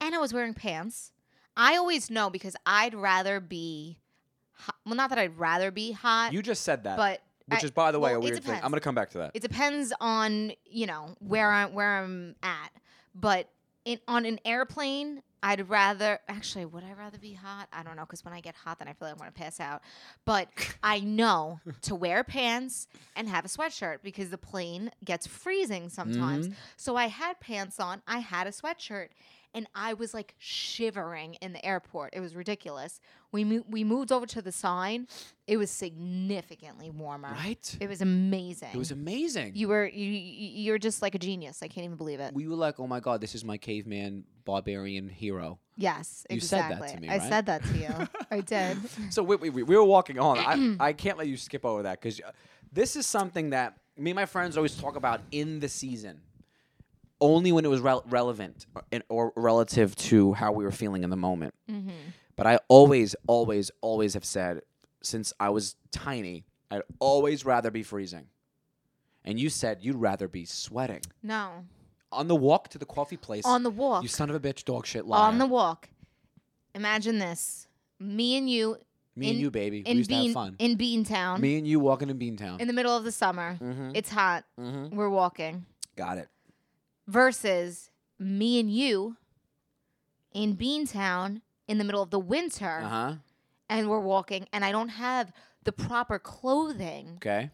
[SPEAKER 1] and I was wearing pants. I always know because I'd rather be, hot. well, not that I'd rather be
[SPEAKER 2] Mm.
[SPEAKER 1] hot,
[SPEAKER 2] You just said that,
[SPEAKER 1] but
[SPEAKER 2] which
[SPEAKER 1] I-
[SPEAKER 2] is, by the way,
[SPEAKER 1] well, it
[SPEAKER 2] a weird thing. I'm
[SPEAKER 1] depends.
[SPEAKER 2] gonna come back to that.
[SPEAKER 1] it depends on you know where I'm where I'm at. But in, on an airplane, I'd rather actually would I rather be hot? I don't know because when I get hot, then I feel like I'm gonna pass out. But I know to wear pants and have a sweatshirt because the plane gets freezing sometimes.
[SPEAKER 2] Mm-hmm.
[SPEAKER 1] So I had pants on, I had a sweatshirt, and I was like shivering in the airport. It was ridiculous. We mo- we moved over to the sign. It was significantly warmer.
[SPEAKER 2] right?
[SPEAKER 1] It was amazing.
[SPEAKER 2] It was amazing.
[SPEAKER 1] you were you you- you're just like a genius. I can't even believe it.
[SPEAKER 2] we were like, oh my god, this is my caveman barbarian hero.
[SPEAKER 1] Yes,
[SPEAKER 2] You said that
[SPEAKER 1] exactly.
[SPEAKER 2] to me,
[SPEAKER 1] I
[SPEAKER 2] right?
[SPEAKER 1] said that to you. I did.
[SPEAKER 2] So we, we, we we were walking on. I, I can't let you skip over that because this is something that me and my friends always talk about in the season, only when it was rel- relevant or, and- or relative to how we were feeling in the moment.
[SPEAKER 1] Mm-hmm.
[SPEAKER 2] But I always, always, always have said since I was tiny, I'd always rather be freezing. And you said you'd rather be sweating
[SPEAKER 1] No,
[SPEAKER 2] on the walk to the coffee place.
[SPEAKER 1] on the walk.
[SPEAKER 2] you son of a bitch, dog shit liar.
[SPEAKER 1] on the walk. Imagine this: me and you
[SPEAKER 2] me and
[SPEAKER 1] in-
[SPEAKER 2] you, baby, we
[SPEAKER 1] in
[SPEAKER 2] used to have
[SPEAKER 1] Bean
[SPEAKER 2] fun.
[SPEAKER 1] in Beantown
[SPEAKER 2] me and you walking in Beantown.
[SPEAKER 1] in the middle of the summer.
[SPEAKER 2] mm-hmm.
[SPEAKER 1] It's hot.
[SPEAKER 2] mm-hmm.
[SPEAKER 1] We're walking.
[SPEAKER 2] Got it.
[SPEAKER 1] versus me and you in Beantown in the middle of the winter
[SPEAKER 2] Uh huh.
[SPEAKER 1] and we're walking and I don't have the proper clothing,
[SPEAKER 2] Okay.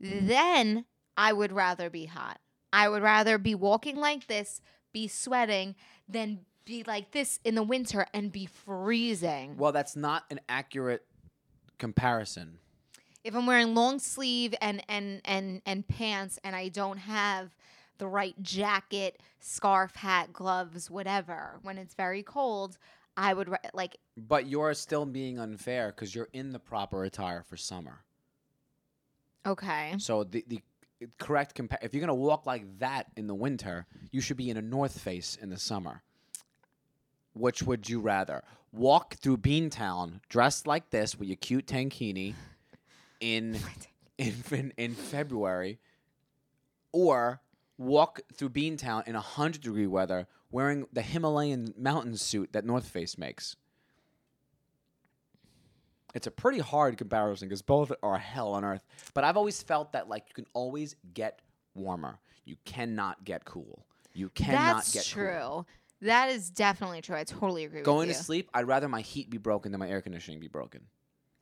[SPEAKER 1] then I would rather be hot. I would rather be walking like this, be sweating, than be like this in the winter and be freezing.
[SPEAKER 2] Well, that's not an accurate comparison.
[SPEAKER 1] If I'm wearing long sleeve and and and and pants and I don't have the right jacket, scarf, hat, gloves, whatever, when it's very cold, I would ra- like
[SPEAKER 2] But you're still being unfair because you're in the proper attire for summer.
[SPEAKER 1] okay.
[SPEAKER 2] So the the correct compa- if you're gonna walk like that in the winter, you should be in a North Face in the summer. Which would you rather walk through Beantown dressed like this with your cute tankini in in in, in February, or walk through Beantown in a hundred degree weather wearing the Himalayan mountain suit that North Face makes? It's a pretty hard comparison because both are hell on earth. But I've always felt that like you can always get warmer. You cannot get cool. You cannot
[SPEAKER 1] That's
[SPEAKER 2] get cool.
[SPEAKER 1] true. That is definitely true. I totally agree
[SPEAKER 2] Going to
[SPEAKER 1] with you.
[SPEAKER 2] sleep, I'd rather my heat be broken than my air conditioning be broken.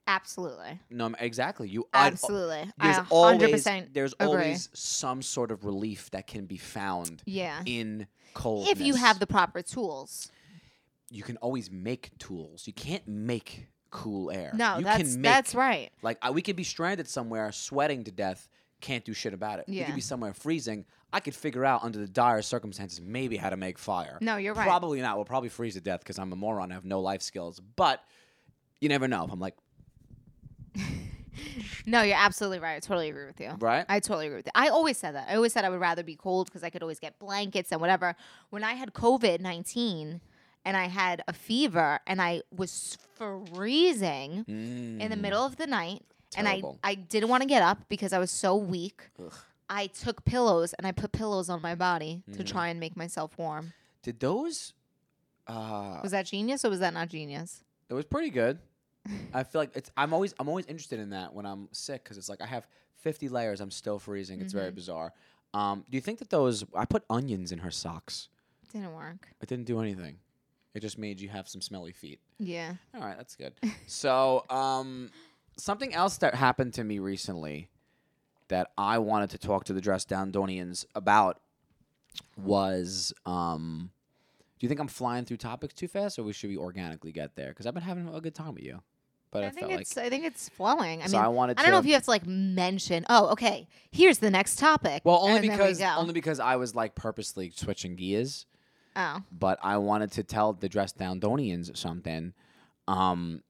[SPEAKER 1] Absolutely.
[SPEAKER 2] No, I'm- exactly. You I'd-
[SPEAKER 1] Absolutely.
[SPEAKER 2] There's
[SPEAKER 1] I
[SPEAKER 2] always
[SPEAKER 1] 100%
[SPEAKER 2] there's
[SPEAKER 1] agree.
[SPEAKER 2] always some sort of relief that can be found
[SPEAKER 1] Yeah.
[SPEAKER 2] in cold.
[SPEAKER 1] If you have the proper tools.
[SPEAKER 2] you can always make tools. You can't make cool air.
[SPEAKER 1] No,
[SPEAKER 2] you
[SPEAKER 1] that's
[SPEAKER 2] can make,
[SPEAKER 1] that's right.
[SPEAKER 2] Like I, we could be stranded somewhere, sweating to death, can't do shit about it. We
[SPEAKER 1] Yeah.
[SPEAKER 2] could be somewhere freezing. I could figure out under the dire circumstances maybe how to make fire.
[SPEAKER 1] No, you're right.
[SPEAKER 2] Probably not. We'll probably freeze to death because I'm a moron. I have no life skills. But you never know. If I'm like,
[SPEAKER 1] No, you're absolutely right. I totally agree with you.
[SPEAKER 2] right?
[SPEAKER 1] I totally agree with you. I always said that. I always said I would rather be cold because I could always get blankets and whatever. When I had COVID 19 and I had a fever and I was freezing in the
[SPEAKER 2] Mm.
[SPEAKER 1] middle of the night
[SPEAKER 2] Terrible.
[SPEAKER 1] and I, I didn't want to get up because I was so weak.
[SPEAKER 2] Ugh.
[SPEAKER 1] I took pillows and I put pillows on my body to
[SPEAKER 2] Mhm.
[SPEAKER 1] try and make myself warm.
[SPEAKER 2] Did those? Uh,
[SPEAKER 1] Was that genius or was that not genius?
[SPEAKER 2] It was pretty good. I feel like it's. I'm always. I'm always interested in that when I'm sick because it's like I have 50 layers. I'm still freezing. It's very bizarre. Um, do you think that those? I put onions in her socks.
[SPEAKER 1] Didn't work.
[SPEAKER 2] It didn't do anything. It just made you have some smelly feet.
[SPEAKER 1] Yeah.
[SPEAKER 2] All right, that's good. so, um, something else that happened to me recently that I wanted to talk to the Dress Down Donians about was um, do you think I'm flying through topics too fast or we should we organically get there? Because I've been having a good time with you. But I,
[SPEAKER 1] I think
[SPEAKER 2] felt like.
[SPEAKER 1] it's I think it's flowing. I
[SPEAKER 2] so
[SPEAKER 1] mean
[SPEAKER 2] I wanted
[SPEAKER 1] I don't know if
[SPEAKER 2] to-
[SPEAKER 1] you have to like mention oh, okay, here's the next topic.
[SPEAKER 2] Well, only
[SPEAKER 1] and then we
[SPEAKER 2] because
[SPEAKER 1] go.
[SPEAKER 2] only because I was like purposely switching gears.
[SPEAKER 1] Oh.
[SPEAKER 2] but I wanted to tell the dressed down Donians something. Um,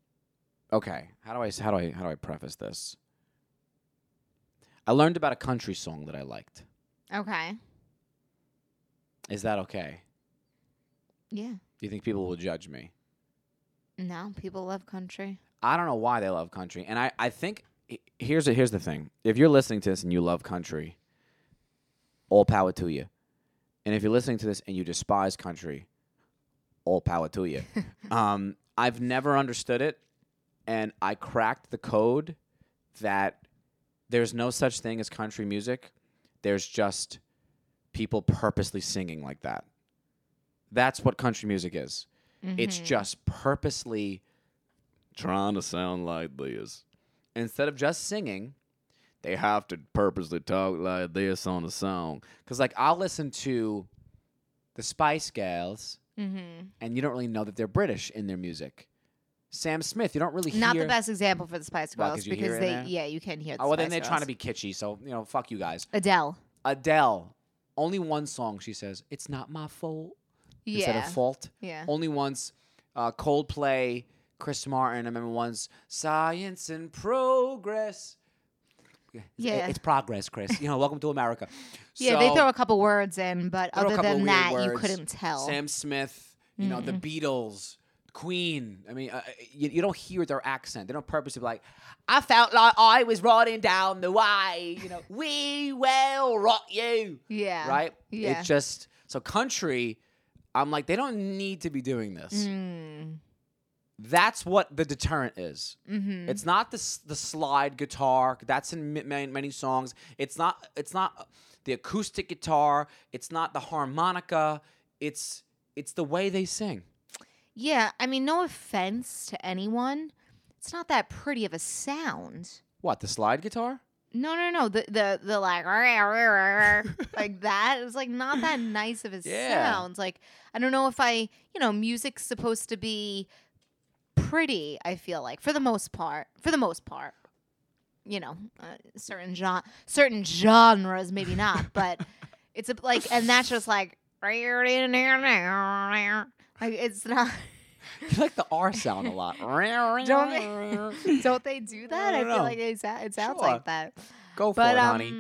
[SPEAKER 2] okay, how do I how do I how do I preface this? I learned about a country song that I liked.
[SPEAKER 1] Okay.
[SPEAKER 2] Is that okay?
[SPEAKER 1] Yeah.
[SPEAKER 2] Do you think people will judge me?
[SPEAKER 1] No, people love country.
[SPEAKER 2] I don't know why they love country, and I I think he- here's the, here's the thing: if you're listening to this and you love country, all power to you. And if you're listening to this and you despise country, all power to you. um, I've never understood it, and I cracked the code that there's no such thing as country music. There's just people purposely singing like that. That's what country music is. It's
[SPEAKER 1] Mhm.
[SPEAKER 2] just purposely trying to sound like this. Instead of just singing, they have to purposely talk like this on the song. Because, like, I'll listen to the Spice Girls,
[SPEAKER 1] Mhm.
[SPEAKER 2] and you don't really know that they're British in their music. Sam Smith, you don't really
[SPEAKER 1] Not
[SPEAKER 2] hear.
[SPEAKER 1] the best example for the Spice
[SPEAKER 2] Why,
[SPEAKER 1] Girls
[SPEAKER 2] 'cause you
[SPEAKER 1] because
[SPEAKER 2] hear it in
[SPEAKER 1] they
[SPEAKER 2] there?
[SPEAKER 1] yeah, you can hear the
[SPEAKER 2] Oh, well, then
[SPEAKER 1] Spice
[SPEAKER 2] they're trying to
[SPEAKER 1] Girls.
[SPEAKER 2] be kitschy, so, you know, fuck you guys.
[SPEAKER 1] Adele.
[SPEAKER 2] Adele, only one song she says, It's not my fault. Instead
[SPEAKER 1] Yeah.
[SPEAKER 2] of fault.
[SPEAKER 1] yeah.
[SPEAKER 2] Only once. Uh, Coldplay, Chris Martin. I remember once. Science and progress. It's-
[SPEAKER 1] Yeah.
[SPEAKER 2] it's progress, Chris. You know, welcome to America.
[SPEAKER 1] Yeah, they
[SPEAKER 2] So,
[SPEAKER 1] throw a couple words in, but
[SPEAKER 2] throw a
[SPEAKER 1] other
[SPEAKER 2] couple of
[SPEAKER 1] than
[SPEAKER 2] weird
[SPEAKER 1] that, you
[SPEAKER 2] words.
[SPEAKER 1] couldn't tell. Mm-hmm.
[SPEAKER 2] Sam Smith. You know, the Beatles, Queen. I mean, uh, you, you don't hear their accent. They don't purposely be like, I felt like I was riding down the way. You know, we will rock you
[SPEAKER 1] yeah.
[SPEAKER 2] right?
[SPEAKER 1] Yeah.
[SPEAKER 2] It's just so country. I'm like, they don't need to be doing this.
[SPEAKER 1] Mm.
[SPEAKER 2] That's what the deterrent is.
[SPEAKER 1] Mhm.
[SPEAKER 2] It's not the s- the slide guitar. That's in m- many, many songs. It's not. It's not the acoustic guitar. It's not the harmonica. It's it's the way they sing.
[SPEAKER 1] Yeah, I mean, no offense to anyone. It's not that pretty of a sound.
[SPEAKER 2] What the slide guitar?
[SPEAKER 1] No, no, no. The the the like like that. It was like not that nice of a
[SPEAKER 2] Yeah.
[SPEAKER 1] sound. Like I don't know if I, you know, music's supposed to be pretty. I feel like for the most part, for the most part, you know, uh, certain gen- certain genres maybe not, but it's a, like and that's just like like it's not.
[SPEAKER 2] You like the R sound a lot.
[SPEAKER 1] Don't Don't they do that? I,
[SPEAKER 2] don't
[SPEAKER 1] feel
[SPEAKER 2] know.
[SPEAKER 1] like it, sa- it sounds
[SPEAKER 2] Sure.
[SPEAKER 1] like that.
[SPEAKER 2] Go for
[SPEAKER 1] But
[SPEAKER 2] it,
[SPEAKER 1] um,
[SPEAKER 2] honey.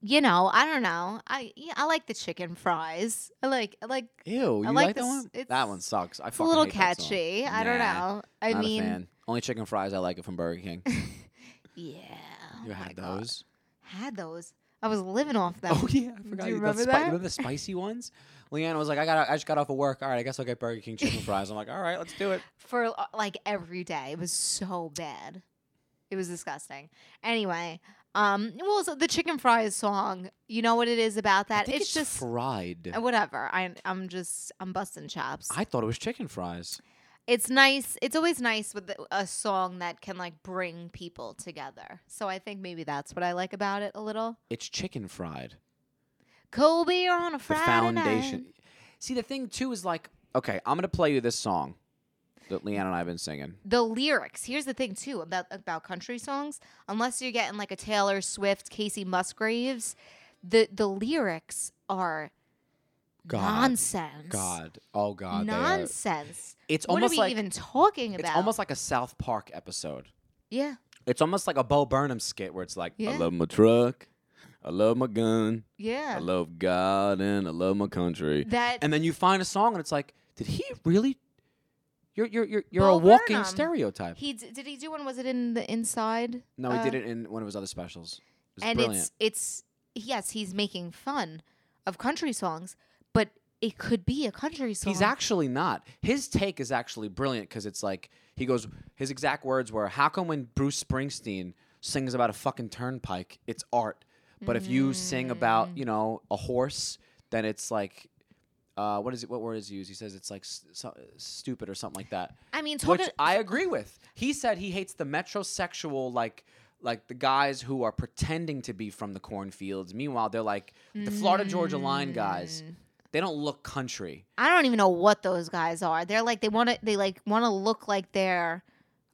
[SPEAKER 1] you know, I don't know. I yeah, I like the chicken fries. I like I like
[SPEAKER 2] Ew, you
[SPEAKER 1] like
[SPEAKER 2] like, that
[SPEAKER 1] this-
[SPEAKER 2] one?
[SPEAKER 1] it's-
[SPEAKER 2] That one sucks. I
[SPEAKER 1] it's a little
[SPEAKER 2] fucking hate that song.
[SPEAKER 1] catchy. I don't
[SPEAKER 2] Nah,
[SPEAKER 1] know. I
[SPEAKER 2] Not
[SPEAKER 1] mean,
[SPEAKER 2] a fan. Only chicken fries I like it from Burger King.
[SPEAKER 1] yeah. Oh
[SPEAKER 2] You
[SPEAKER 1] my
[SPEAKER 2] had
[SPEAKER 1] God.
[SPEAKER 2] those?
[SPEAKER 1] Had those. I was living off them.
[SPEAKER 2] Oh yeah, I forgot.
[SPEAKER 1] Do you
[SPEAKER 2] the
[SPEAKER 1] remember
[SPEAKER 2] spi-
[SPEAKER 1] that?
[SPEAKER 2] remember the spicy ones? Leanna was like, "I got, I just got off of work. All right, I guess I'll get Burger King chicken fries." I'm like, "All right, let's do it."
[SPEAKER 1] for uh, like every day. It was so bad. It was disgusting. Anyway, um, well, so the chicken fries song. You know what it is about
[SPEAKER 2] I
[SPEAKER 1] that?
[SPEAKER 2] think
[SPEAKER 1] It's, just
[SPEAKER 2] fried.
[SPEAKER 1] uh, whatever. I I'm just I'm busting chops.
[SPEAKER 2] I thought it was chicken fries.
[SPEAKER 1] it's nice. It's always nice with the- a song that can like bring people together. So I think maybe that's what I like about it a little.
[SPEAKER 2] It's chicken fried.
[SPEAKER 1] Kobe on a Friday
[SPEAKER 2] the foundation.
[SPEAKER 1] night.
[SPEAKER 2] See, the thing too is like, okay, I'm gonna play you this song that Leanna and I've been singing.
[SPEAKER 1] The lyrics. Here's the thing too about about country songs. Unless you're getting like a Taylor Swift, Casey Musgraves, the the lyrics are
[SPEAKER 2] God.
[SPEAKER 1] nonsense.
[SPEAKER 2] God, oh God, they are-
[SPEAKER 1] nonsense.
[SPEAKER 2] It's
[SPEAKER 1] What are
[SPEAKER 2] almost
[SPEAKER 1] we
[SPEAKER 2] like
[SPEAKER 1] even talking about?
[SPEAKER 2] it's almost like a South Park episode.
[SPEAKER 1] yeah,
[SPEAKER 2] It's almost like a Bo Burnham skit where it's like,
[SPEAKER 1] Yeah.
[SPEAKER 2] I love my truck, I love my gun, I
[SPEAKER 1] yeah.
[SPEAKER 2] love God, and I love my country.
[SPEAKER 1] That
[SPEAKER 2] And then you find a song and it's like, did he really? You're you're you're, you're
[SPEAKER 1] Bo
[SPEAKER 2] a walking
[SPEAKER 1] Burnham.
[SPEAKER 2] stereotype.
[SPEAKER 1] he d- did he do one? Was it in the inside?
[SPEAKER 2] no, he
[SPEAKER 1] uh,
[SPEAKER 2] did it in one of his other specials. It was
[SPEAKER 1] and
[SPEAKER 2] brilliant.
[SPEAKER 1] it's it's yes, he's making fun of country songs, but it could be a country song.
[SPEAKER 2] He's actually not. His take is actually brilliant because it's like he goes. His exact words were, "How come when Bruce Springsteen sings about a fucking turnpike, it's art, but if you sing
[SPEAKER 1] Mm.
[SPEAKER 2] about you know a horse, then it's like." Uh, what is it? What word is he used? He says it's like s- so, stupid or something like that,
[SPEAKER 1] I mean, talk
[SPEAKER 2] which I agree with. He said he hates the metrosexual, like like the guys who are pretending to be from the cornfields. Meanwhile, they're like the Florida Georgia Line guys. They don't look country.
[SPEAKER 1] Mm. I don't even know what those guys are. They're like they want to they like want to look like they're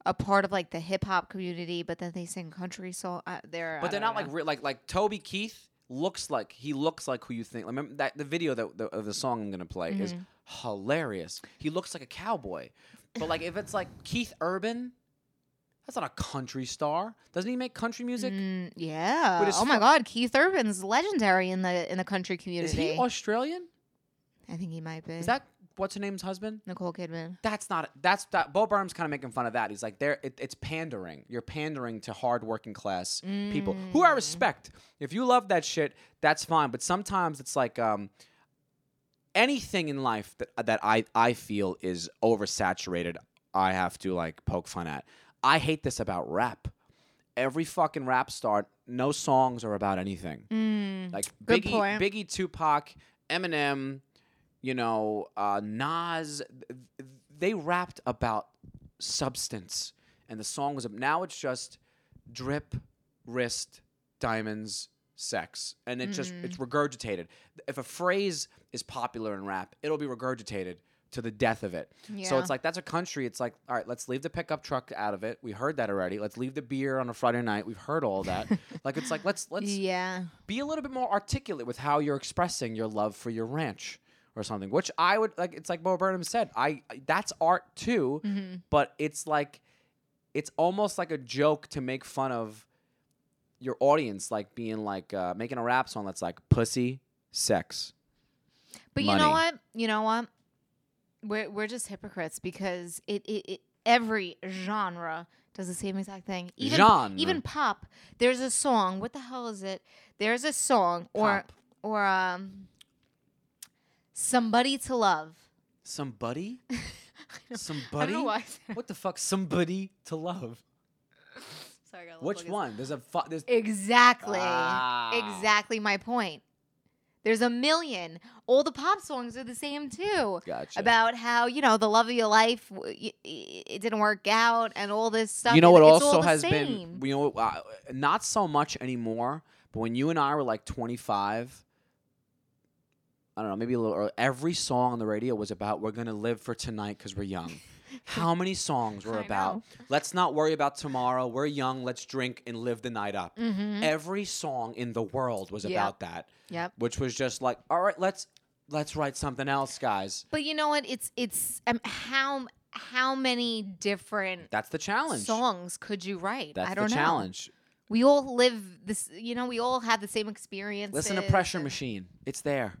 [SPEAKER 1] a part of like the hip hop community, but then they sing country song. Uh, they're I
[SPEAKER 2] But they're
[SPEAKER 1] don't
[SPEAKER 2] not like
[SPEAKER 1] know.
[SPEAKER 2] re- like like Toby Keith looks like he looks like who you think. Remember that the video that the, of the song I'm gonna play is
[SPEAKER 1] Mm.
[SPEAKER 2] hilarious. He looks like a cowboy, but like if it's like Keith Urban, that's not a country star. Doesn't he make country music?
[SPEAKER 1] Mm, yeah.
[SPEAKER 2] But it's
[SPEAKER 1] Oh my
[SPEAKER 2] fu-
[SPEAKER 1] God, Keith Urban's legendary in the in the country
[SPEAKER 2] Is
[SPEAKER 1] community.
[SPEAKER 2] he Australian?
[SPEAKER 1] I think he might be.
[SPEAKER 2] Is that what's her name's husband?
[SPEAKER 1] Nicole Kidman?
[SPEAKER 2] That's not that's that. Bo Burnham's kind of making fun of that. He's like, there, it, it's pandering. You're pandering to hardworking class people who
[SPEAKER 1] Mm.
[SPEAKER 2] I respect. If you love that shit, that's fine. But sometimes it's like um, anything in life that that I I feel is oversaturated. I have to like poke fun at. I hate this about rap. Every fucking rap star, no songs are about anything.
[SPEAKER 1] Mm.
[SPEAKER 2] Like
[SPEAKER 1] Good
[SPEAKER 2] Biggie,
[SPEAKER 1] point.
[SPEAKER 2] Biggie, Tupac, Eminem, you know, uh, Nas, th- th- they rapped about substance, and the song was now it's just drip, wrist, diamonds, sex, and it just it's
[SPEAKER 1] Mm-hmm.
[SPEAKER 2] regurgitated. If a phrase is popular in rap, it'll be regurgitated to the death of it. So
[SPEAKER 1] Yeah.
[SPEAKER 2] it's like that's a country. It's like all right, let's leave the pickup truck out of it. We heard that already. Let's leave the beer on a Friday night. We've heard all that. like it's like let's let's
[SPEAKER 1] Yeah.
[SPEAKER 2] be a little bit more articulate with how you're expressing your love for your ranch or something which i would like it's like bo burnham said i that's art too
[SPEAKER 1] Mm. Mm-hmm.
[SPEAKER 2] but it's like it's almost like a joke to make fun of your audience like being like uh, making a rap song that's like pussy sex
[SPEAKER 1] But you know
[SPEAKER 2] money.
[SPEAKER 1] what? You know what? We're we're just hypocrites because it, it, it every genre does the same exact thing. Even
[SPEAKER 2] Genre.
[SPEAKER 1] even pop. There's a song. What the hell is it? There's a song or
[SPEAKER 2] Pop.
[SPEAKER 1] or um somebody to love.
[SPEAKER 2] somebody
[SPEAKER 1] I don't
[SPEAKER 2] somebody
[SPEAKER 1] know why.
[SPEAKER 2] what the fuck somebody to love
[SPEAKER 1] Sorry, I gotta look
[SPEAKER 2] which
[SPEAKER 1] at this.
[SPEAKER 2] one there's a fu- there's
[SPEAKER 1] Exactly.
[SPEAKER 2] Ah.
[SPEAKER 1] Exactly my point. There's a million. All the pop songs are the same too.
[SPEAKER 2] Gotcha.
[SPEAKER 1] About how you know the love of your life, w- y- y- it didn't work out, and all this stuff.
[SPEAKER 2] you know what
[SPEAKER 1] It's- it's all
[SPEAKER 2] also
[SPEAKER 1] the
[SPEAKER 2] has
[SPEAKER 1] same.
[SPEAKER 2] been you know uh, not so much anymore but when you and i were like 25 i don't know maybe a little early, every song on the radio was about we're gonna live for tonight because we're young how many songs were
[SPEAKER 1] I
[SPEAKER 2] about
[SPEAKER 1] know.
[SPEAKER 2] let's not worry about tomorrow we're young let's drink and live the night up
[SPEAKER 1] Mhm.
[SPEAKER 2] every song in the world was
[SPEAKER 1] Yep.
[SPEAKER 2] about that
[SPEAKER 1] Yep.
[SPEAKER 2] which was just like all right let's let's write something else guys
[SPEAKER 1] But you know what? It's it's um, how how many different
[SPEAKER 2] that's the challenge
[SPEAKER 1] songs could you write?
[SPEAKER 2] that's
[SPEAKER 1] I don't
[SPEAKER 2] the
[SPEAKER 1] know.
[SPEAKER 2] challenge
[SPEAKER 1] We all live this. You know, we all have the same experience.
[SPEAKER 2] Listen to Pressure Machine. It's there.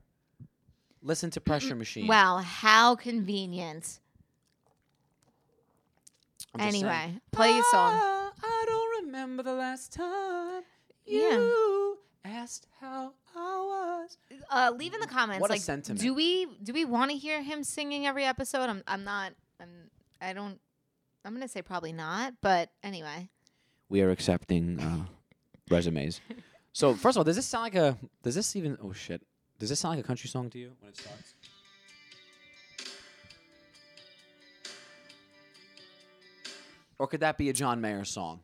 [SPEAKER 2] Listen to Pressure Machine.
[SPEAKER 1] Wow, how convenient.
[SPEAKER 2] I'm just saying.
[SPEAKER 1] Anyway, play your song.
[SPEAKER 2] Ah, I don't remember the last time
[SPEAKER 1] Yeah.
[SPEAKER 2] you asked how I was.
[SPEAKER 1] Uh, leave in the comments.
[SPEAKER 2] Mm-hmm. What a
[SPEAKER 1] like,
[SPEAKER 2] sentiment.
[SPEAKER 1] Do we do we want to hear him singing every episode? I'm I'm not. I'm I don't. I'm gonna say probably not. But anyway,
[SPEAKER 2] We are accepting uh, resumes. So first of all, does this sound like a? Does this even? Oh shit! Does this sound like a country song to you when it starts? Or could that be a John Mayer song?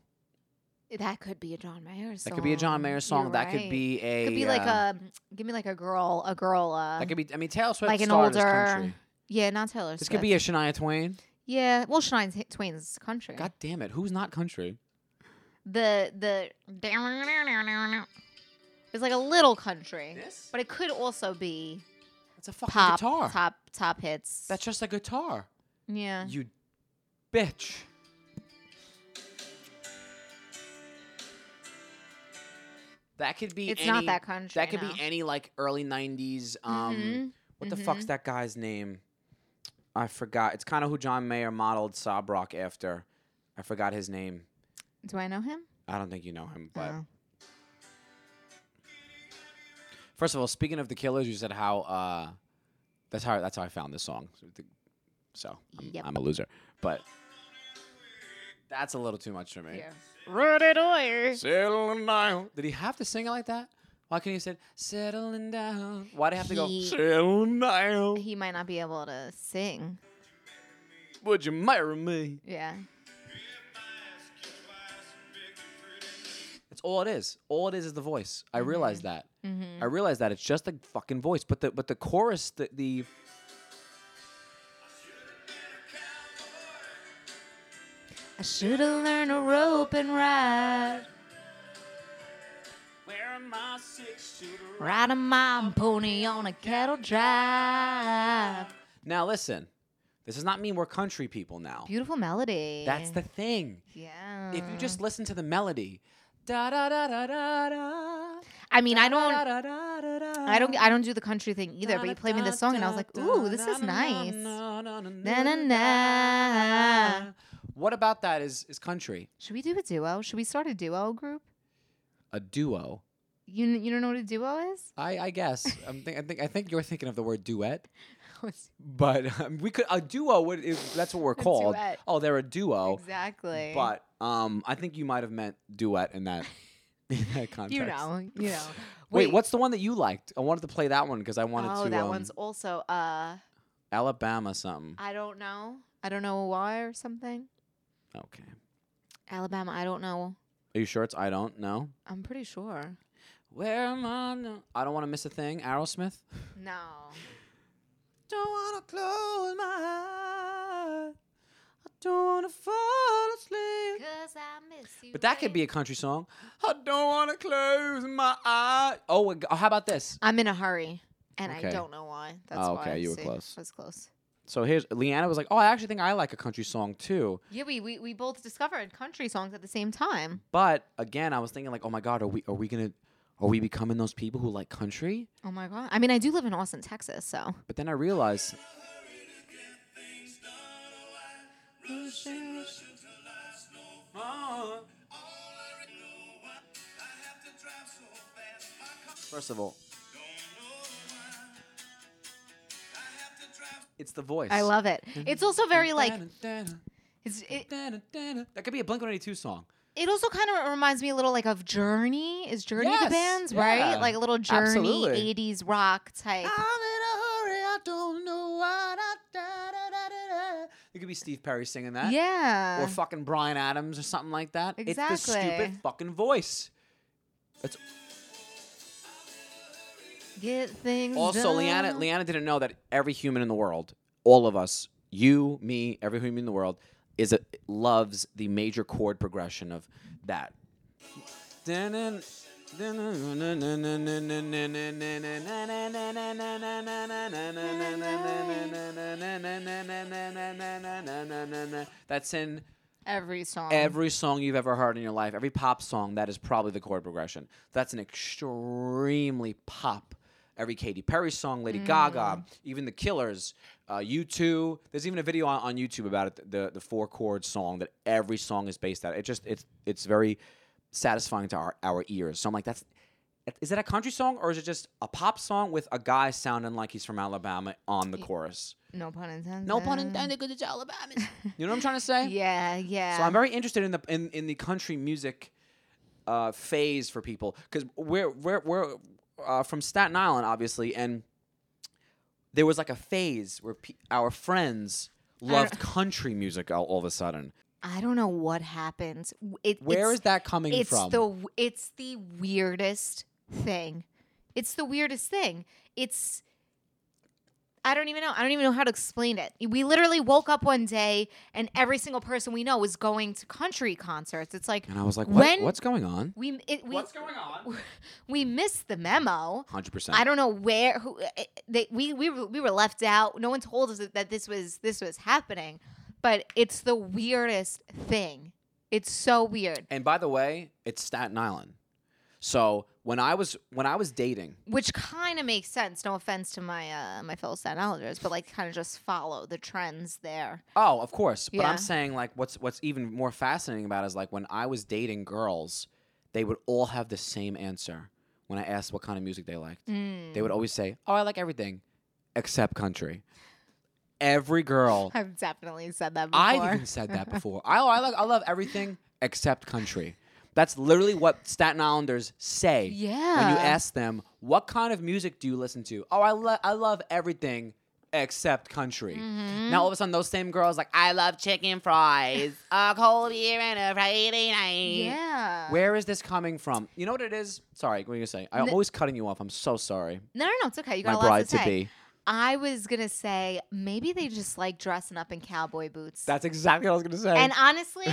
[SPEAKER 1] that could be a John Mayer song.
[SPEAKER 2] That could be a John Mayer
[SPEAKER 1] You're
[SPEAKER 2] song. That could
[SPEAKER 1] right.
[SPEAKER 2] be a.
[SPEAKER 1] could be like
[SPEAKER 2] uh,
[SPEAKER 1] a give me like a girl a girl. Uh,
[SPEAKER 2] That could be. I mean, Taylor Swift
[SPEAKER 1] like an
[SPEAKER 2] started
[SPEAKER 1] older-
[SPEAKER 2] this country.
[SPEAKER 1] yeah, not Taylor.
[SPEAKER 2] This
[SPEAKER 1] Swift.
[SPEAKER 2] could be a Shania Twain.
[SPEAKER 1] yeah. Well, Shania Twain's country.
[SPEAKER 2] God damn it! Who's not country?
[SPEAKER 1] The the it's like a little country,
[SPEAKER 2] This?
[SPEAKER 1] but it could also be
[SPEAKER 2] That's a fucking
[SPEAKER 1] pop Uh-huh.
[SPEAKER 2] guitar.
[SPEAKER 1] top top hits.
[SPEAKER 2] That's just a guitar.
[SPEAKER 1] yeah.
[SPEAKER 2] You bitch. That could be.
[SPEAKER 1] It's
[SPEAKER 2] any,
[SPEAKER 1] not that country.
[SPEAKER 2] That could
[SPEAKER 1] no.
[SPEAKER 2] be any like early '90s. Um,
[SPEAKER 1] Mhm.
[SPEAKER 2] what the fuck's that guy's name? I forgot. It's kind of who John Mayer modeled Sob Rock after. I forgot his name.
[SPEAKER 1] Do I know him?
[SPEAKER 2] I don't think you know him, but
[SPEAKER 1] Oh.
[SPEAKER 2] First of all, speaking of the Killers, you said how uh, that's how that's how I found this song. So the- So I'm,
[SPEAKER 1] Yep.
[SPEAKER 2] I'm a loser, but that's a little too much for me. Settling down. Did he have to sing it like that? Why couldn't he said settling down? Why do you have to go
[SPEAKER 1] He-
[SPEAKER 2] settling down?
[SPEAKER 1] He might not be able to sing.
[SPEAKER 2] Would you marry me?
[SPEAKER 1] Yeah.
[SPEAKER 2] That's all it is. All it is is the voice. I realize that.
[SPEAKER 1] Mm-hmm.
[SPEAKER 2] I realize that it's just the fucking voice, but the but the chorus, the the
[SPEAKER 1] I should have learned to rope and ride. Ride a mom pony on a cattle drive.
[SPEAKER 2] now listen. This does not mean we're country people now.
[SPEAKER 1] Beautiful melody.
[SPEAKER 2] That's the thing.
[SPEAKER 1] yeah.
[SPEAKER 2] If you just listen to the melody, da da da da da da.
[SPEAKER 1] I mean, I
[SPEAKER 2] da,
[SPEAKER 1] don't,
[SPEAKER 2] da, da, da, da,
[SPEAKER 1] I don't, I don't do the country thing either. But
[SPEAKER 2] da,
[SPEAKER 1] you played me
[SPEAKER 2] da,
[SPEAKER 1] this song, and I was
[SPEAKER 2] da,
[SPEAKER 1] like,
[SPEAKER 2] da,
[SPEAKER 1] "Ooh, this
[SPEAKER 2] da,
[SPEAKER 1] is
[SPEAKER 2] na, na,
[SPEAKER 1] nice."
[SPEAKER 2] na, na,
[SPEAKER 1] Na
[SPEAKER 2] na,
[SPEAKER 1] na
[SPEAKER 2] na,
[SPEAKER 1] na.
[SPEAKER 2] na. What about that is is country?
[SPEAKER 1] Should we do a duo? Should we start a duo group?
[SPEAKER 2] A duo.
[SPEAKER 1] You kn- you don't know what a duo is?
[SPEAKER 2] I I guess. I'm think, I think I think you're thinking of the word duet, but um, we could a duo would is, that's what we're called.
[SPEAKER 1] duet.
[SPEAKER 2] Oh, they're a duo.
[SPEAKER 1] exactly.
[SPEAKER 2] But um I think you might have meant duet in that in that context.
[SPEAKER 1] you know, you know.
[SPEAKER 2] Wait, what's the one that you liked? I wanted to play that one because I wanted
[SPEAKER 1] oh,
[SPEAKER 2] to.
[SPEAKER 1] that
[SPEAKER 2] um,
[SPEAKER 1] one's also uh,
[SPEAKER 2] Alabama something.
[SPEAKER 1] I don't know. I don't know why or something.
[SPEAKER 2] Okay.
[SPEAKER 1] Alabama, I don't know.
[SPEAKER 2] Are you sure it's I don't know?
[SPEAKER 1] I'm pretty sure.
[SPEAKER 2] Where am I? Now? I don't want to miss a thing. Aerosmith.
[SPEAKER 1] No.
[SPEAKER 2] Don't want to close my eyes. I don't want to fall asleep.
[SPEAKER 1] Cause I miss you.
[SPEAKER 2] But that could be a country song. I don't want to close my eyes. Oh, and- oh, how about this?
[SPEAKER 1] I'm in a hurry, and
[SPEAKER 2] Okay.
[SPEAKER 1] I don't know why. That's
[SPEAKER 2] Oh,
[SPEAKER 1] why.
[SPEAKER 2] okay, you were
[SPEAKER 1] See,
[SPEAKER 2] close.
[SPEAKER 1] I was close.
[SPEAKER 2] So here's Leanna was like, "Oh, I actually think I like a country song too."
[SPEAKER 1] Yeah, we, we we both discovered country songs at the same time.
[SPEAKER 2] But again, I was thinking like, "Oh my God, are we are we gonna are we becoming those people who like country?"
[SPEAKER 1] Oh my god! I mean, I do live in Austin, Texas, so
[SPEAKER 2] But then I realized First of all, it's the voice.
[SPEAKER 1] I love it. It's also very like
[SPEAKER 2] That
[SPEAKER 1] it's it,
[SPEAKER 2] could be a Blink 182 song.
[SPEAKER 1] it also kind of reminds me a little like of Journey. Is Journey
[SPEAKER 3] Yes,
[SPEAKER 1] the band's
[SPEAKER 2] yeah.
[SPEAKER 1] right? Like a little Journey
[SPEAKER 2] Absolutely. Ah.
[SPEAKER 1] '80s rock type.
[SPEAKER 2] hurry, I don't know what I- da, da, da, da, da. It could be Steve Perry singing that.
[SPEAKER 1] yeah.
[SPEAKER 2] Or fucking Brian Adams or something like that. It's the stupid
[SPEAKER 1] Exactly.
[SPEAKER 2] fucking voice. It's
[SPEAKER 1] Get things.
[SPEAKER 2] also Leanna
[SPEAKER 1] done.
[SPEAKER 2] Leanna didn't know that every human in the world, all of us, you, me, every human in the world, is a, loves the major chord progression of that. That's in
[SPEAKER 1] Every song.
[SPEAKER 2] every song you've ever heard in your life, every pop song, that is probably the chord progression. That's an extremely pop. Every Katy Perry song, Lady Gaga, even The Killers, uh, U2. There's even a video on, on YouTube about it. The the four chord song that every song is based on. It just it's it's very satisfying to our, our ears. So I'm like, that's is that a country song or is it just a pop song with a guy sounding like he's from Alabama on the chorus?
[SPEAKER 1] no pun intended.
[SPEAKER 2] No pun intended, because it's Alabama. You know what I'm trying to say?
[SPEAKER 1] Yeah, yeah.
[SPEAKER 2] So I'm very interested in the in, in the country music uh, phase for people because we're we're we're uh, from Staten Island, obviously, and there was like a phase where pe- our friends loved country music all, all of a sudden.
[SPEAKER 1] I don't know what happened. W- It,
[SPEAKER 2] Where
[SPEAKER 1] it's,
[SPEAKER 2] is that coming
[SPEAKER 1] it's
[SPEAKER 2] from?
[SPEAKER 1] the w- it's the weirdest thing. It's the weirdest thing. It's I don't even know. I don't even know how to explain it. We literally woke up one day and every single person we know was going to country concerts. It's like
[SPEAKER 2] and I was like, what,
[SPEAKER 1] when-
[SPEAKER 2] what's going on?
[SPEAKER 1] we it, we
[SPEAKER 2] going on?
[SPEAKER 1] we missed the memo.
[SPEAKER 2] Hundred
[SPEAKER 1] I
[SPEAKER 2] percent.
[SPEAKER 1] don't know where who eh, eh, they we we were, we were left out. No one told us that, that this was this was happening, but it's the weirdest thing. It's so weird.
[SPEAKER 2] And by the way, it's Staten Island. So when I was when I was dating,
[SPEAKER 1] Which kind of makes sense. No offense to my uh, my fellow Staten Islanders, but like kind of just follow the trends there.
[SPEAKER 2] Oh, of course. But
[SPEAKER 1] Yeah.
[SPEAKER 2] I'm saying like what's what's even more fascinating about it is like when I was dating girls, they would all have the same answer when I asked what kind of music they liked. They would always say, "Oh, I like everything except country." Every girl.
[SPEAKER 1] I've definitely said that before.
[SPEAKER 2] I even said that before. I I like I love everything except country. That's literally what Staten Islanders say when
[SPEAKER 1] Yeah.
[SPEAKER 2] you ask them what kind of music do you listen to oh i, lo- I love everything except country
[SPEAKER 1] Mm-hmm.
[SPEAKER 2] now all of a sudden those same girls like i love chicken fries a cold beer and a friday night
[SPEAKER 1] Yeah.
[SPEAKER 2] where is this coming from you know what it is sorry what are you gonna say i'm always cutting you off i'm so sorry
[SPEAKER 1] No, no, no. It's okay. You
[SPEAKER 2] my
[SPEAKER 1] got a lot
[SPEAKER 2] bride
[SPEAKER 1] to
[SPEAKER 2] to
[SPEAKER 1] say.
[SPEAKER 2] be
[SPEAKER 1] I was gonna say maybe they just like dressing up in cowboy boots.
[SPEAKER 2] that's exactly what i was gonna say
[SPEAKER 1] and honestly,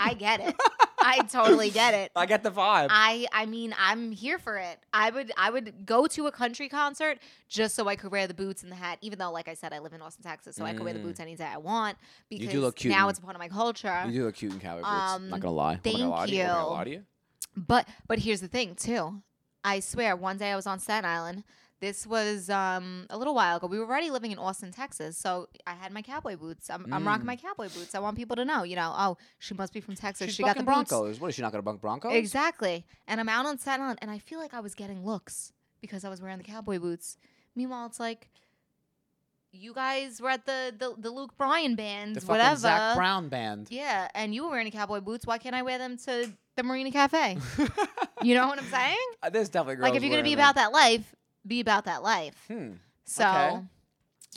[SPEAKER 1] I get it. I totally get it.
[SPEAKER 2] i get the vibe
[SPEAKER 1] I I mean I'm here for it. I would I would go to a country concert just so I could wear the boots and the hat. Even though, like I said, I live in Austin, Texas, so I could wear the
[SPEAKER 2] Mm.
[SPEAKER 1] boots any day I want
[SPEAKER 2] do
[SPEAKER 1] because
[SPEAKER 2] look cute
[SPEAKER 1] now
[SPEAKER 2] in-
[SPEAKER 1] it's part of my culture.
[SPEAKER 2] you do look cute in cowboy boots
[SPEAKER 1] Um,
[SPEAKER 2] not gonna lie Am I gonna
[SPEAKER 1] thank
[SPEAKER 2] lie to you? Am I gonna
[SPEAKER 1] you.
[SPEAKER 2] lie to you?
[SPEAKER 1] But but here's the thing too. I swear, one day I was on Staten Island. This was um, a little while ago. We were already living in Austin, Texas, so I had my cowboy boots. I'm, I'm rocking my cowboy boots. I want people to know, you know, oh, she must be from Texas.
[SPEAKER 2] Mm. She's
[SPEAKER 1] she got the
[SPEAKER 2] bucking
[SPEAKER 1] boots.
[SPEAKER 2] Broncos. What is she not gonna bunk Broncos?
[SPEAKER 1] Exactly. And I'm out on Staten Island, and I feel like I was getting looks because I was wearing the cowboy boots. Meanwhile, it's like you guys were at the the, the Luke Bryan band,
[SPEAKER 2] The fucking
[SPEAKER 1] whatever.
[SPEAKER 2] Zach Brown band.
[SPEAKER 1] Yeah, and you were wearing cowboy boots. Why can't I wear them to the Marina Cafe? you know what I'm saying?
[SPEAKER 2] Uh, There's definitely girls
[SPEAKER 1] like if you're gonna
[SPEAKER 2] wearing
[SPEAKER 1] be
[SPEAKER 2] them.
[SPEAKER 1] about that life, be about that life.
[SPEAKER 2] Hmm.
[SPEAKER 1] So,
[SPEAKER 2] Okay.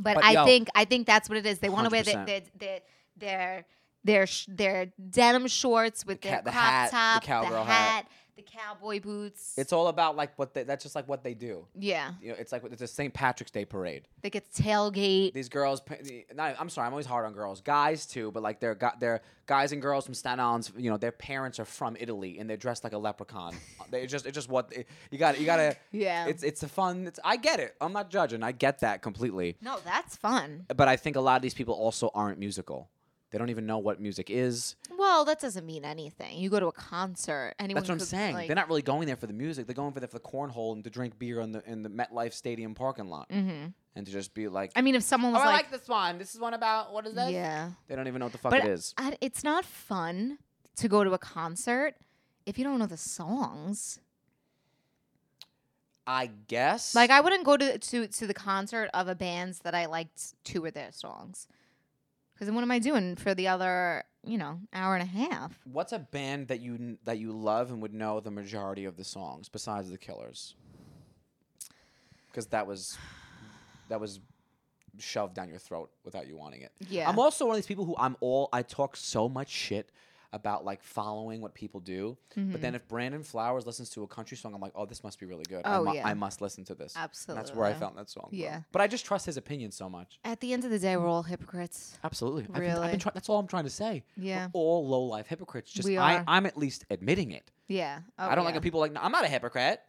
[SPEAKER 1] but,
[SPEAKER 2] But
[SPEAKER 1] I
[SPEAKER 2] yo-
[SPEAKER 1] think I think that's what it is. They want to wear their
[SPEAKER 2] 100%.
[SPEAKER 1] their their their their, sh- their denim shorts with
[SPEAKER 2] The
[SPEAKER 1] their
[SPEAKER 2] ca- the
[SPEAKER 1] crop
[SPEAKER 2] hat, the
[SPEAKER 1] top,
[SPEAKER 2] cowgirl
[SPEAKER 1] the
[SPEAKER 2] hat.
[SPEAKER 1] hat, the cowboy boots.
[SPEAKER 2] It's all about like what they, that's just like what they do.
[SPEAKER 1] yeah,
[SPEAKER 2] You know, it's like it's a St. Patrick's Day parade.
[SPEAKER 1] they get to tailgate.
[SPEAKER 2] These girls, pa- the- not, I'm sorry, I'm always hard on girls, guys too, but like they're got they're guys and girls from Staten Island. You know, their parents are from Italy and they're dressed like a leprechaun. they just it's just what they- you got. to You got to.
[SPEAKER 1] Yeah.
[SPEAKER 2] It's it's a fun. It's I get it. I'm not judging. I get that completely.
[SPEAKER 1] no, that's fun.
[SPEAKER 2] But I think a lot of these people also aren't musical. They don't even know what music is.
[SPEAKER 1] Well, that doesn't mean anything. You go to a concert. Anyone
[SPEAKER 2] That's what I'm
[SPEAKER 1] could,
[SPEAKER 2] saying.
[SPEAKER 1] like-
[SPEAKER 2] they're not really going there for the music. They're going for the, for the cornhole and to drink beer in the in the MetLife Stadium parking lot and to just be like,
[SPEAKER 1] Mm-hmm. I mean, if someone
[SPEAKER 2] "Oh,
[SPEAKER 1] Mm. was
[SPEAKER 2] I
[SPEAKER 1] like,
[SPEAKER 2] like this one. This is one about what is this?"
[SPEAKER 1] yeah,
[SPEAKER 2] They don't even know what the fuck
[SPEAKER 1] but
[SPEAKER 2] it is.
[SPEAKER 1] I- it's not fun to go to a concert if you don't know the songs.
[SPEAKER 2] I guess.
[SPEAKER 1] Like I wouldn't go to to to the concert of a bands that I liked two of their songs. Cuz then what am I doing for the other you know, hour and a half.
[SPEAKER 2] What's a band that you kn- that you love and would know the majority of the songs besides the Killers? Because that was that was shoved down your throat without you wanting it.
[SPEAKER 1] Yeah.
[SPEAKER 2] I'm also one of these people who I'm all I talk so much shit about like following what people do, but
[SPEAKER 1] Mm-hmm.
[SPEAKER 2] then if Brandon Flowers listens to a country song, I'm like, oh, this must be really good. I,
[SPEAKER 1] Oh,
[SPEAKER 2] mu-
[SPEAKER 1] yeah.
[SPEAKER 2] I must listen to this. And
[SPEAKER 1] Absolutely.
[SPEAKER 2] that's where I found that song. from.
[SPEAKER 1] Yeah.
[SPEAKER 2] But I just trust his opinion so much.
[SPEAKER 1] At the end of the day, we're all hypocrites.
[SPEAKER 2] Absolutely. I've been- I've been,
[SPEAKER 1] Really?
[SPEAKER 2] try- that's all I'm trying to say.
[SPEAKER 1] Yeah.
[SPEAKER 2] We're all low life hypocrites. Just
[SPEAKER 1] We
[SPEAKER 2] I,
[SPEAKER 1] are.
[SPEAKER 2] I'm at least admitting it.
[SPEAKER 1] Yeah. Oh,
[SPEAKER 2] I don't like
[SPEAKER 1] yeah.
[SPEAKER 2] when people are like, no, I'm not a hypocrite.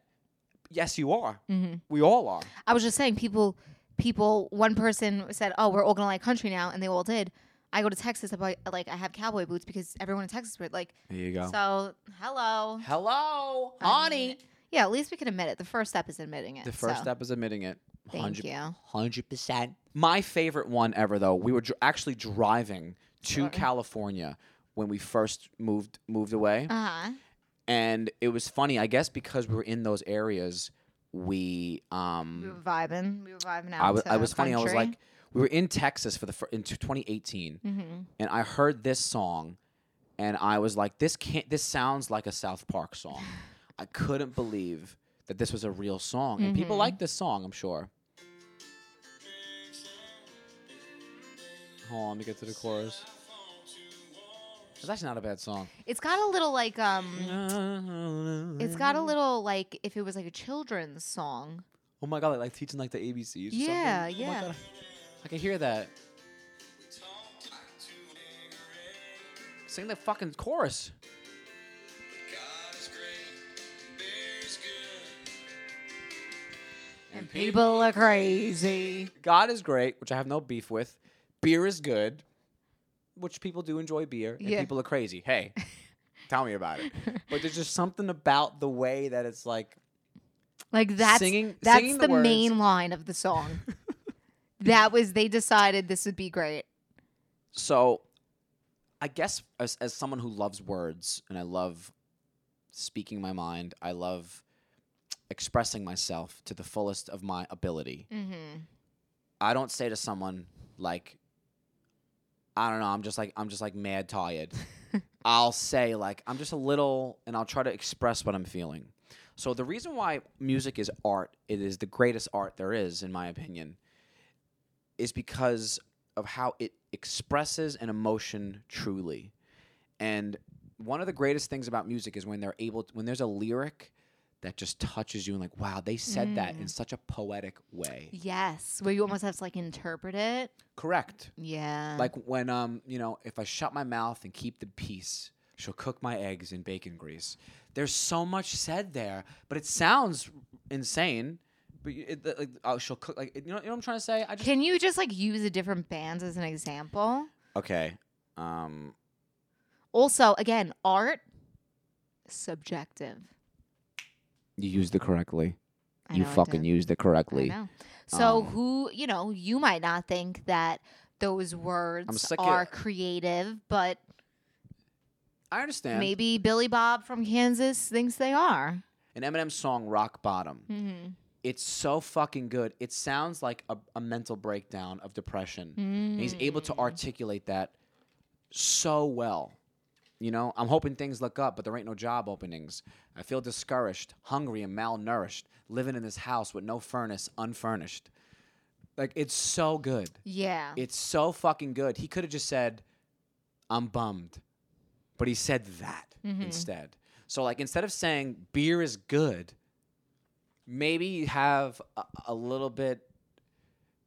[SPEAKER 2] Yes, you are.
[SPEAKER 1] Mm-hmm.
[SPEAKER 2] We all are.
[SPEAKER 1] I was just saying, people, people. One person said, "Oh, we're all gonna like country now," and they all did. I go to Texas, I buy, like I have cowboy boots because everyone in Texas would like.
[SPEAKER 2] There you go.
[SPEAKER 1] So hello,
[SPEAKER 2] Hello,
[SPEAKER 1] I
[SPEAKER 2] honey.
[SPEAKER 1] mean, yeah, at least we can admit it. The first step is admitting it.
[SPEAKER 2] the first
[SPEAKER 1] so.
[SPEAKER 2] step is admitting it.
[SPEAKER 1] Thank you.
[SPEAKER 2] Hundred percent. My favorite one ever, though. We were dr- actually driving to California when we first moved moved away.
[SPEAKER 1] Uh huh.
[SPEAKER 2] and it was funny i guess because we were in those areas we um
[SPEAKER 1] We were vibing. We were vibing out.
[SPEAKER 2] i was
[SPEAKER 1] to
[SPEAKER 2] i was funny i was
[SPEAKER 1] country.
[SPEAKER 2] like we were in texas for the fir- in 2018
[SPEAKER 1] Mm-hmm.
[SPEAKER 2] and i heard this song and i was like this can't this sounds like a south park song i couldn't believe that this was a real song and
[SPEAKER 1] Mm-hmm.
[SPEAKER 2] people like this song i'm sure hold on let me get to the chorus it's actually not a bad song
[SPEAKER 1] it's got a little like um, it's got a
[SPEAKER 2] Mm.
[SPEAKER 1] little like if it was like a children's song.
[SPEAKER 2] Oh my god, like, like teaching like the ABCs. Or
[SPEAKER 1] Yeah,
[SPEAKER 2] something.
[SPEAKER 1] yeah.
[SPEAKER 2] Oh my god, I can hear that. Sing the fucking chorus.
[SPEAKER 1] And people are crazy.
[SPEAKER 2] God is great, which I have no beef with. Beer is good, which people do enjoy beer, and
[SPEAKER 1] Yeah.
[SPEAKER 2] people are crazy. Hey, tell me about it. But there's just something about the way that it's like
[SPEAKER 1] Like that's
[SPEAKER 2] Singing-
[SPEAKER 1] that's
[SPEAKER 2] singing the
[SPEAKER 1] the,
[SPEAKER 2] words.
[SPEAKER 1] main line of the song. that was they decided this would be great.
[SPEAKER 2] so i guess as, as someone who loves words and i love speaking my mind i love expressing myself to the fullest of my ability
[SPEAKER 1] Mm-hmm.
[SPEAKER 2] i don't say to someone like i don't know i'm just like i'm just like mad tired i'll say like i'm just a little and i'll try to express what i'm feeling so the reason why music is art it is the greatest art there is in my opinion is because of how it expresses an emotion truly. And one of the greatest things about music is when they're able when there's a lyric that just touches you and like wow, they said that in such a poetic way.
[SPEAKER 1] Yes, where you almost have to like interpret it.
[SPEAKER 2] Correct.
[SPEAKER 1] Yeah.
[SPEAKER 2] Like when um, you know, if I shut my mouth and keep the peace, she'll cook my eggs in bacon grease. There's so much said there, but it sounds insane. But you- it, like, oh, she'll cook like you know, you know what I'm trying to say. I just
[SPEAKER 1] can you just like use the different bands as an example?
[SPEAKER 2] okay. Um,
[SPEAKER 1] Also, again, art subjective.
[SPEAKER 2] you used it correctly.
[SPEAKER 1] I
[SPEAKER 2] You
[SPEAKER 1] know I
[SPEAKER 2] fucking
[SPEAKER 1] did.
[SPEAKER 2] used it
[SPEAKER 1] I
[SPEAKER 2] correctly.
[SPEAKER 1] know. So
[SPEAKER 2] Um,
[SPEAKER 1] who you know you might not think that those words
[SPEAKER 2] sick of-
[SPEAKER 1] are creative, but
[SPEAKER 2] I understand.
[SPEAKER 1] maybe Billy Bob from Kansas thinks they are.
[SPEAKER 2] An Eminem song, Rock Bottom.
[SPEAKER 1] Mm-hmm.
[SPEAKER 2] It's so fucking good. It sounds like a, a mental breakdown of depression. And
[SPEAKER 1] Mm-hmm.
[SPEAKER 2] he's able to articulate that so well. You know, I'm hoping things look up, but there ain't no job openings. I feel discouraged, hungry, and malnourished, living in this house with no furnace, unfurnished. Like, it's so good.
[SPEAKER 1] Yeah.
[SPEAKER 2] It's so fucking good. He could have just said, I'm bummed. But he said that
[SPEAKER 1] Mm-hmm.
[SPEAKER 2] instead. So, like, instead of saying beer is good, maybe you have a, a little bit.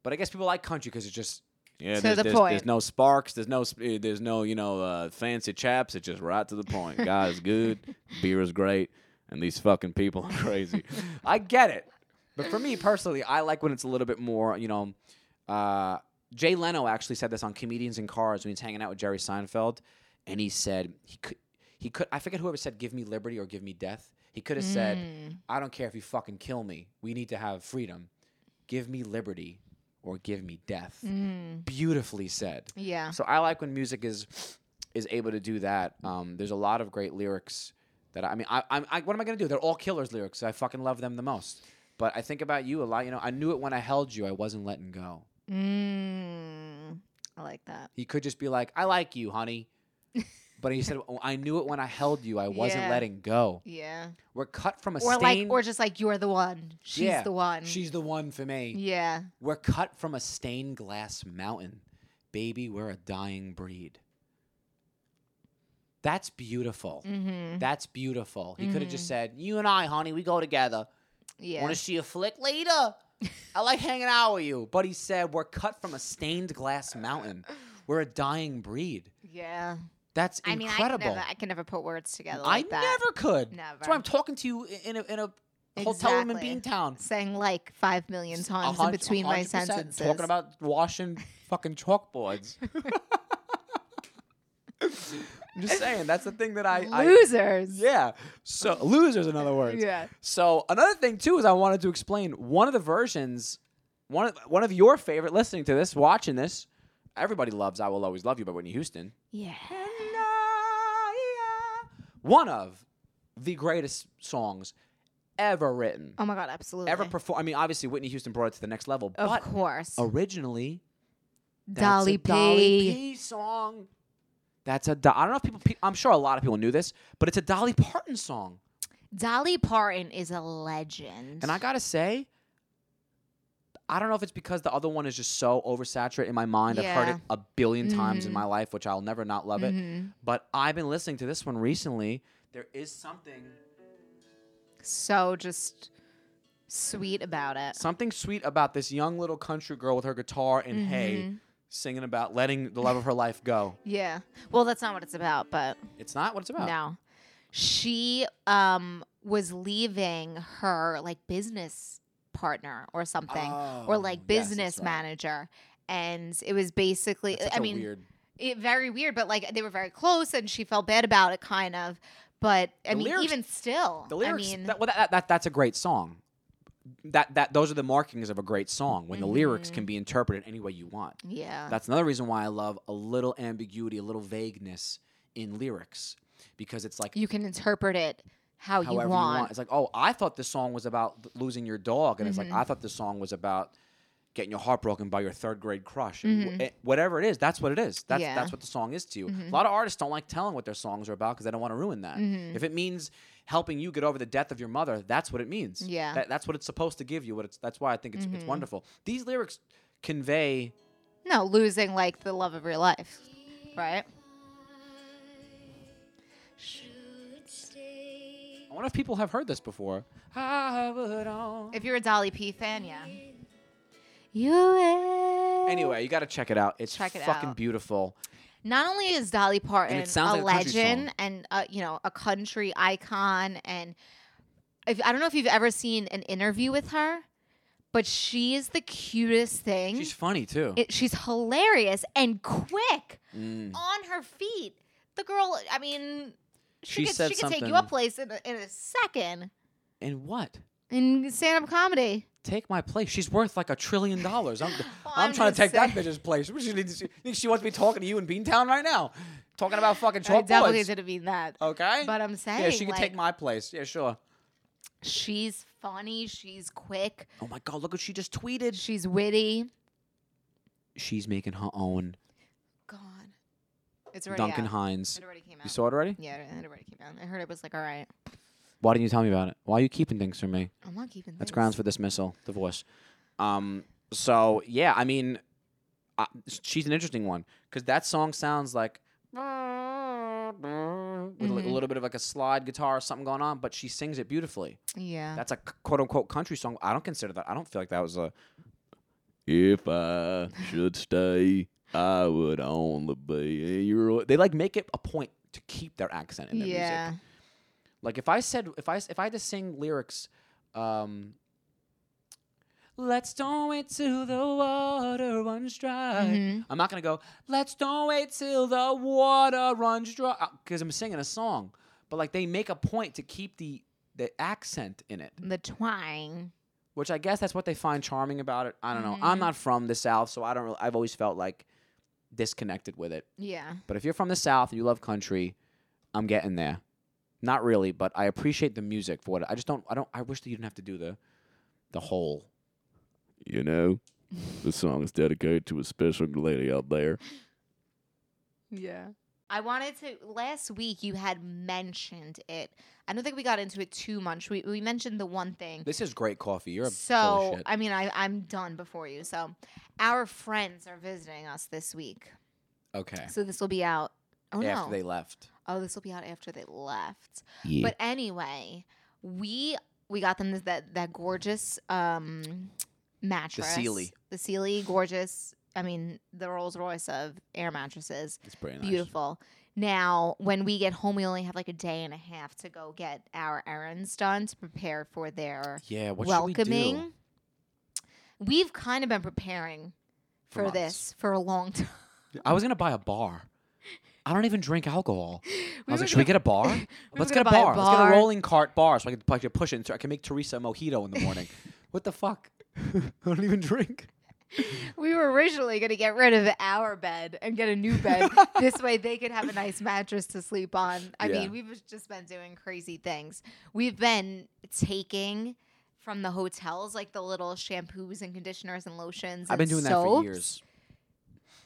[SPEAKER 2] But I guess people like country because it's just. Yeah,
[SPEAKER 1] To there's- the there's- point. there's
[SPEAKER 2] no sparks. There's no, eh, there's no, you know, uh, fancy chaps. It's just right to the point. God is good, beer is great, and these fucking people are crazy. I get it, but for me personally, I like when it's a little bit more, you know, uh, Jay Leno actually said this on Comedians in Cars when he was hanging out with Jerry Seinfeld, and he said he could he could I forget whoever said give me liberty or give me death. He could have said
[SPEAKER 1] Mm. Mm-hmm.
[SPEAKER 2] I don't care if you fucking kill me. We need to have freedom. Give me liberty or give me death. Beautifully said.
[SPEAKER 1] Mm. Mm-hmm. Yeah.
[SPEAKER 2] So I like when music is is able to do that. Um, there's a lot of great lyrics that I, I mean, I, I'm, I, what am I gonna do? They're all killers lyrics. I fucking love them the most. But I think about you a lot. You know, I knew it when I held you. I wasn't letting go.
[SPEAKER 1] Mm, I like that.
[SPEAKER 2] He could just be like, "I like you, honey," But he said, "Oh, I knew it when I held you. I wasn't
[SPEAKER 1] Yeah.
[SPEAKER 2] letting go.
[SPEAKER 1] Yeah.
[SPEAKER 2] We're cut from a
[SPEAKER 1] Or like
[SPEAKER 2] stain.
[SPEAKER 1] or just like you're the one. She's
[SPEAKER 2] Yeah,
[SPEAKER 1] the one.
[SPEAKER 2] She's the one for me.
[SPEAKER 1] yeah.
[SPEAKER 2] We're cut from a stained glass mountain. Baby, we're a dying breed. That's beautiful.
[SPEAKER 1] Mm-hmm.
[SPEAKER 2] That's beautiful. He could have just said, You and I, honey, we go together.
[SPEAKER 1] Yeah.
[SPEAKER 2] Want to see a flick later? I like hanging out with you. But he said, We're cut from a stained glass mountain. We're a dying breed.
[SPEAKER 1] yeah.
[SPEAKER 2] That's
[SPEAKER 1] I mean, I can,
[SPEAKER 2] incredible.
[SPEAKER 1] never, I can never put words together like
[SPEAKER 2] I
[SPEAKER 1] that.
[SPEAKER 2] never could. That's why I'm
[SPEAKER 1] Never.
[SPEAKER 2] talking to you i- in a, in a hotel room in
[SPEAKER 1] Exactly.
[SPEAKER 2] Beantown.
[SPEAKER 1] Saying like five million
[SPEAKER 2] A
[SPEAKER 1] times in
[SPEAKER 2] hun-
[SPEAKER 1] between my
[SPEAKER 2] 100%
[SPEAKER 1] sentences.
[SPEAKER 2] Talking about washing fucking chalkboards. I'm just saying that's the thing that I, I
[SPEAKER 1] losers.
[SPEAKER 2] yeah. So losers, in other words.
[SPEAKER 1] Yeah.
[SPEAKER 2] So another thing too is I wanted to explain one of the versions, one of one of your favorite. Listening to this, watching this, everybody loves "I Will Always Love You" by Whitney Houston.
[SPEAKER 1] Yeah.
[SPEAKER 2] One of the greatest songs ever written,
[SPEAKER 1] Oh my god, absolutely.
[SPEAKER 2] ever performed. I mean, obviously Whitney Houston brought it to the next level,
[SPEAKER 1] of
[SPEAKER 2] but
[SPEAKER 1] course.
[SPEAKER 2] originally Oh, that's
[SPEAKER 1] Dolly
[SPEAKER 2] a
[SPEAKER 1] P.
[SPEAKER 2] Dolly P song. That's a. Do- I don't know if people. pe- I'm sure a lot of people knew this, but it's a Dolly Parton song.
[SPEAKER 1] Dolly Parton is a legend.
[SPEAKER 2] And I gotta say, I don't know if it's because the other one is just so oversaturated in my mind. I've heard
[SPEAKER 1] Yeah.
[SPEAKER 2] it a 1000000000 times in
[SPEAKER 1] Mhm.
[SPEAKER 2] my life, which I'll never not love it.
[SPEAKER 1] Mhm.
[SPEAKER 2] But I've been listening to this one recently. There is something,
[SPEAKER 1] so just sweet about it.
[SPEAKER 2] something sweet about this young little country girl with her guitar and hay, singing about letting the love of her life go.
[SPEAKER 1] Mm-hmm. Yeah. Well, that's not what it's about, but
[SPEAKER 2] It's not what it's about.
[SPEAKER 1] no. She um was leaving her like business partner or something or
[SPEAKER 2] Oh, yes,
[SPEAKER 1] like
[SPEAKER 2] that's
[SPEAKER 1] business
[SPEAKER 2] right.
[SPEAKER 1] manager and it was basically
[SPEAKER 2] That's such
[SPEAKER 1] I
[SPEAKER 2] a
[SPEAKER 1] mean
[SPEAKER 2] weird.
[SPEAKER 1] it very weird but like they were very close and she felt bad about it kind of but I
[SPEAKER 2] The
[SPEAKER 1] mean
[SPEAKER 2] lyrics-
[SPEAKER 1] even still
[SPEAKER 2] The lyrics.
[SPEAKER 1] I mean
[SPEAKER 2] that, well, that, that, that's a great song. That that those are the markings of a great song
[SPEAKER 1] Mm-hmm.
[SPEAKER 2] when the lyrics can be interpreted any way you want.
[SPEAKER 1] yeah
[SPEAKER 2] That's another reason why I love a little ambiguity, a little vagueness in lyrics because it's like
[SPEAKER 1] you can interpret it how
[SPEAKER 2] however
[SPEAKER 1] Oh, you want.
[SPEAKER 2] It's like, oh, I thought this song was about th- losing your dog, and it's
[SPEAKER 1] Mm-hmm.
[SPEAKER 2] like I thought this song was about getting your heart broken by your third grade crush. Wh- eh, whatever it is, that's what it is.
[SPEAKER 1] Mm-hmm.
[SPEAKER 2] That's
[SPEAKER 1] Yeah. Mm-hmm.
[SPEAKER 2] that's what the song is to you. A lot of artists don't like telling what their songs are about because they don't want to ruin that.
[SPEAKER 1] Mm-hmm.
[SPEAKER 2] If it means helping you get over the death of your mother, that's what it means.
[SPEAKER 1] Yeah. Mm-hmm.
[SPEAKER 2] That- that's what it's supposed to give you. What it's that's why I think it's it's wonderful. These lyrics convey.
[SPEAKER 1] No, losing like the love of your life, right?
[SPEAKER 2] I wonder if people have heard this before. I would all-
[SPEAKER 1] If you're a Dolly P fan, yeah. You
[SPEAKER 2] Anyway, you got to check it out. It's
[SPEAKER 1] Check it
[SPEAKER 2] fucking
[SPEAKER 1] out.
[SPEAKER 2] beautiful.
[SPEAKER 1] Not only is Dolly Parton a
[SPEAKER 2] sounds like a country
[SPEAKER 1] legend
[SPEAKER 2] song.
[SPEAKER 1] and uh, you know a country icon, and if, I don't know if you've ever seen an interview with her, but she is the cutest thing.
[SPEAKER 2] She's funny too.
[SPEAKER 1] It- she's hilarious and quick
[SPEAKER 2] Mm.
[SPEAKER 1] on her feet. The girl, I mean, she,
[SPEAKER 2] She
[SPEAKER 1] could,
[SPEAKER 2] said
[SPEAKER 1] she could take you
[SPEAKER 2] something-
[SPEAKER 1] a place in a, in a second.
[SPEAKER 2] And what?
[SPEAKER 1] in stand up comedy.
[SPEAKER 2] Take my place. She's worth like a trillion dollars. I'm, I'm,
[SPEAKER 1] I'm
[SPEAKER 2] trying to
[SPEAKER 1] just
[SPEAKER 2] take that bitch's place. What, She, needs- she, think she wants me talking to you in Beantown right now, talking about fucking
[SPEAKER 1] I
[SPEAKER 2] chalkboards.
[SPEAKER 1] definitely didn't mean that.
[SPEAKER 2] Okay.
[SPEAKER 1] But I'm saying,
[SPEAKER 2] yeah, she can
[SPEAKER 1] like,
[SPEAKER 2] take my place. Yeah, sure.
[SPEAKER 1] she's funny, she's quick,
[SPEAKER 2] Oh my God! Look what she just tweeted.
[SPEAKER 1] she's witty.
[SPEAKER 2] She's making her own
[SPEAKER 1] God, it's already
[SPEAKER 2] Duncan
[SPEAKER 1] out.
[SPEAKER 2] Hines.
[SPEAKER 1] It already came out.
[SPEAKER 2] You saw it already?
[SPEAKER 1] Yeah, it already came out. I heard it was like, all right,
[SPEAKER 2] Why didn't you tell me about it? Why are you keeping things from me?
[SPEAKER 1] I'm not keeping.
[SPEAKER 2] That's
[SPEAKER 1] things.
[SPEAKER 2] grounds for dismissal, divorce. Um, so yeah, I mean, I, she's an interesting one because that song sounds like with like a
[SPEAKER 1] Mhm.
[SPEAKER 2] little bit of like a slide guitar or something going on, but she sings it beautifully.
[SPEAKER 1] Yeah,
[SPEAKER 2] That's a c- quote unquote country song. I don't consider that. I don't feel like that was a. If I should stay, I would only be. Your... They like make it a point to keep their accent in their music.
[SPEAKER 1] yeah.
[SPEAKER 2] Like if I said if I s- if I had to sing lyrics, um, let's don't wait till the water runs dry.
[SPEAKER 1] Mhm.
[SPEAKER 2] I'm not gonna go. Let's don't wait till the water runs dry because I'm singing a song. But like they make a point to keep the the accent in it,
[SPEAKER 1] The twang.
[SPEAKER 2] which I guess that's what they find charming about it. I don't know. I'm not from the South, so I don't. Really, I've always felt like disconnected with it.
[SPEAKER 1] Yeah,
[SPEAKER 2] But if you're from the South and you love country, I'm getting there. Not really, but I appreciate the music for what it- I just don't. I don't. I wish that you didn't have to do the, the whole.
[SPEAKER 4] You know, this song is dedicated to a special lady out there.
[SPEAKER 1] yeah. I wanted to. Last week you had mentioned it. I don't think we got into it too much. We we mentioned the one thing.
[SPEAKER 2] This is great coffee. You're
[SPEAKER 1] so
[SPEAKER 2] full of shit.
[SPEAKER 1] I mean, I I'm done before you. So our friends are visiting us this week.
[SPEAKER 2] okay.
[SPEAKER 1] So this will be out. Oh
[SPEAKER 2] After
[SPEAKER 1] no!
[SPEAKER 2] they left,
[SPEAKER 1] oh, this will be out after they left.
[SPEAKER 2] yeah.
[SPEAKER 1] But anyway, we we got them this, that that gorgeous um mattress,
[SPEAKER 2] Sealy.
[SPEAKER 1] the Sealy, gorgeous. I mean, the Rolls Royce of air mattresses,
[SPEAKER 2] it's pretty nice.
[SPEAKER 1] beautiful. Now, when we get home, we only have like a day and a half to go get our errands done to prepare for their
[SPEAKER 2] Yeah, what
[SPEAKER 1] welcoming.
[SPEAKER 2] should we do?
[SPEAKER 1] we have kind of been preparing
[SPEAKER 2] For
[SPEAKER 1] for,
[SPEAKER 2] months.
[SPEAKER 1] this for a long time.
[SPEAKER 2] I was gonna buy a bar. I don't even drink alcohol. I was
[SPEAKER 1] were
[SPEAKER 2] like, should we
[SPEAKER 1] gonna-
[SPEAKER 2] get a bar?
[SPEAKER 1] were
[SPEAKER 2] Let's get
[SPEAKER 1] gonna
[SPEAKER 2] a
[SPEAKER 1] buy a
[SPEAKER 2] bar. Let's get a
[SPEAKER 1] bar.
[SPEAKER 2] rolling cart bar so I can, I can push it. And so I can make Teresa a mojito in the morning. what the fuck? I don't even drink.
[SPEAKER 1] We were originally going to get rid of our bed and get a new bed. this way they could have a nice mattress to sleep on. I
[SPEAKER 2] Yeah.
[SPEAKER 1] mean, we've just been doing crazy things. We've been taking from the hotels like the little shampoos and conditioners and lotions.
[SPEAKER 2] I've been
[SPEAKER 1] and
[SPEAKER 2] doing that for
[SPEAKER 1] soaps.
[SPEAKER 2] years.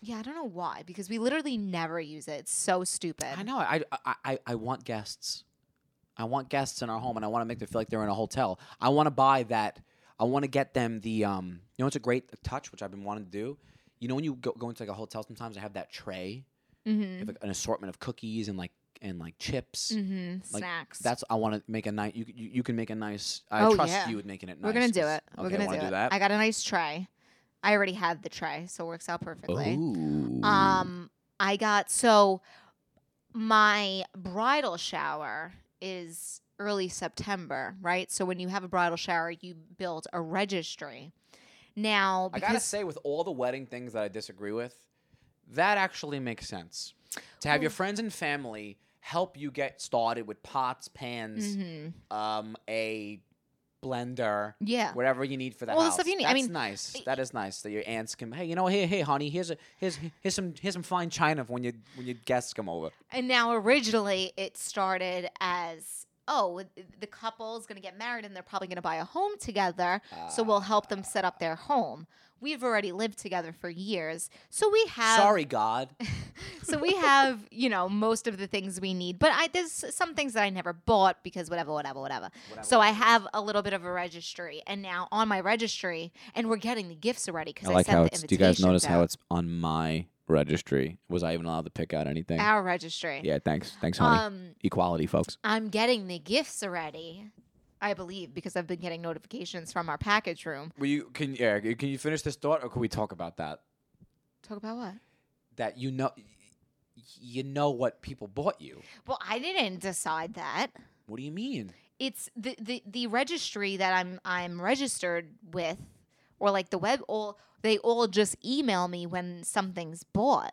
[SPEAKER 1] Yeah, I don't know why because we literally never use it. It's so stupid.
[SPEAKER 2] I know. I, I I I want guests. I want guests in our home, and I want to make them feel like they're in a hotel. I want to buy that. I want to get them the um. You know, it's a great touch, which I've been wanting to do. You know, when you go, go into like a hotel, sometimes they have that tray
[SPEAKER 1] Mm-hmm.
[SPEAKER 2] with like an assortment of cookies and like and like chips.
[SPEAKER 1] Mm-hmm.
[SPEAKER 2] Like,
[SPEAKER 1] Snacks.
[SPEAKER 2] That's I want to make a nice. You, you you can make a nice. I
[SPEAKER 1] Oh,
[SPEAKER 2] trust
[SPEAKER 1] yeah.
[SPEAKER 2] you with making it. nice.
[SPEAKER 1] We're gonna do
[SPEAKER 2] 'cause-
[SPEAKER 1] it. We're
[SPEAKER 2] okay, I
[SPEAKER 1] gonna
[SPEAKER 2] wanna
[SPEAKER 1] do, it.
[SPEAKER 2] that.
[SPEAKER 1] I got a nice tray. I already had the tray, so it works out perfectly.
[SPEAKER 2] Ooh.
[SPEAKER 1] Um, I got so my bridal shower is early September, right? So when you have a bridal shower, you build a registry. Now,
[SPEAKER 2] I gotta
[SPEAKER 1] because
[SPEAKER 2] say, with all the wedding things that I disagree with, that actually makes sense. To have your
[SPEAKER 1] Well-
[SPEAKER 2] friends and family help you get started with pots, pans,
[SPEAKER 1] Mhm.
[SPEAKER 2] um, a blender,
[SPEAKER 1] yeah,
[SPEAKER 2] whatever you need for the
[SPEAKER 1] All the
[SPEAKER 2] house.
[SPEAKER 1] stuff you need. I
[SPEAKER 2] That's
[SPEAKER 1] mean,
[SPEAKER 2] nice.
[SPEAKER 1] y-
[SPEAKER 2] That is nice that your aunts can. Hey, you know, hey, hey, honey, here's a here's here's some here's some fine china when you when your guests come over.
[SPEAKER 1] And now originally it started as oh the couple's going to get married and they're probably going to buy a home together so we'll help them set up their home. We've already lived together for years. So we have
[SPEAKER 2] Ah. Sorry, God.
[SPEAKER 1] so we have, you know, most of the things we need. But I there's some things that I never bought because whatever whatever whatever.
[SPEAKER 2] Whatever,
[SPEAKER 1] so I
[SPEAKER 2] whatever.
[SPEAKER 1] have a little bit of a registry and now on my registry and we're getting the gifts already cuz I, sent the invitations out.
[SPEAKER 2] it's on my registry? Was I even allowed to pick out anything?
[SPEAKER 1] our registry.
[SPEAKER 2] Yeah, thanks, thanks,
[SPEAKER 1] um
[SPEAKER 2] Equality, folks.
[SPEAKER 1] I'm getting the gifts already, I believe, because I've been getting notifications from our package room.
[SPEAKER 2] Will you can yeah? Can you finish this thought, or can we talk about that?
[SPEAKER 1] Talk about what?
[SPEAKER 2] That you know, you know what people bought you.
[SPEAKER 1] Well, I didn't decide that.
[SPEAKER 2] What do you mean?
[SPEAKER 1] It's the the, the registry that I'm I'm registered with, or like the web. All they all just email me when something's bought.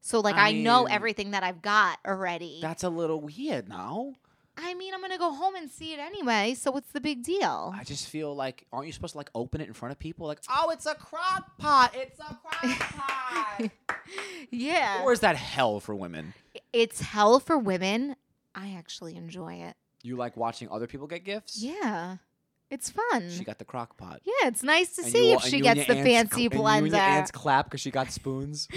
[SPEAKER 1] So like
[SPEAKER 2] I
[SPEAKER 1] I, know
[SPEAKER 2] mean,
[SPEAKER 1] everything that I've got already.
[SPEAKER 2] That's a little weird. Now
[SPEAKER 1] I mean, I'm gonna go home and see it anyway. So what's the big deal?
[SPEAKER 2] I just feel like aren't you supposed to like open it in front of people? Like,
[SPEAKER 3] Oh, it's a crock pot. It's a crock pot.
[SPEAKER 1] yeah,
[SPEAKER 2] or is that hell for women?
[SPEAKER 1] it's hell for women. I actually enjoy it.
[SPEAKER 2] You like watching other people get gifts?
[SPEAKER 1] Yeah, it's fun.
[SPEAKER 2] She got the crock pot.
[SPEAKER 1] yeah, it's nice to
[SPEAKER 2] And
[SPEAKER 1] see
[SPEAKER 2] you all-
[SPEAKER 1] if
[SPEAKER 2] and
[SPEAKER 1] she
[SPEAKER 2] you and
[SPEAKER 1] gets the
[SPEAKER 2] your aunts
[SPEAKER 1] fancy
[SPEAKER 2] cl- And you and your
[SPEAKER 1] blender.
[SPEAKER 2] aunts clap because she got spoons.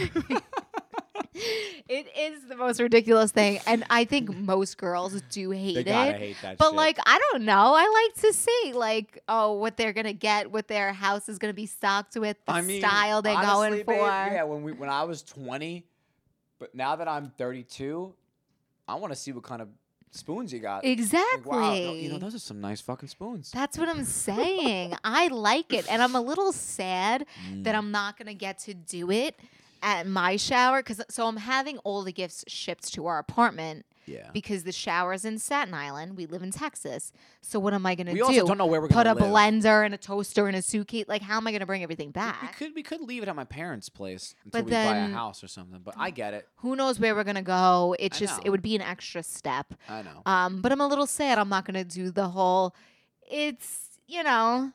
[SPEAKER 1] it is the most ridiculous thing, and I think most girls do hate
[SPEAKER 2] they
[SPEAKER 1] it.
[SPEAKER 2] gotta hate that.
[SPEAKER 1] But
[SPEAKER 2] shit.
[SPEAKER 1] like, I don't know. I like to see like, oh, what they're gonna get, what their house is gonna be stocked with, the style they're
[SPEAKER 2] honestly,
[SPEAKER 1] going
[SPEAKER 2] babe,
[SPEAKER 1] for.
[SPEAKER 2] Yeah, when we when I was twenty, but now that I'm thirty two, I want to see what kind of spoons you got. Like,
[SPEAKER 1] Exactly.
[SPEAKER 2] wow, no, you know those are some nice fucking spoons.
[SPEAKER 1] That's what I'm saying. I like it, and I'm a little sad
[SPEAKER 2] Mm.
[SPEAKER 1] that I'm not gonna get to do it at my shower because so I'm having all the gifts shipped to our apartment
[SPEAKER 2] yeah.
[SPEAKER 1] because the shower's in Staten Island. We live in Texas, so what am I gonna
[SPEAKER 2] We
[SPEAKER 1] do?
[SPEAKER 2] also don't know where we're
[SPEAKER 1] Put
[SPEAKER 2] gonna
[SPEAKER 1] a
[SPEAKER 2] live.
[SPEAKER 1] blender and a toaster and a suitcase. Like, how am I gonna bring everything back?
[SPEAKER 2] We could we could leave it at my parents' place until
[SPEAKER 1] But
[SPEAKER 2] we buy
[SPEAKER 1] then-
[SPEAKER 2] a house or something. But I get it.
[SPEAKER 1] Who knows where we're gonna go? It's
[SPEAKER 2] I
[SPEAKER 1] just
[SPEAKER 2] know.
[SPEAKER 1] it would be an extra step.
[SPEAKER 2] I know.
[SPEAKER 1] Um, but I'm a little sad. I'm not gonna do the whole. It's you know,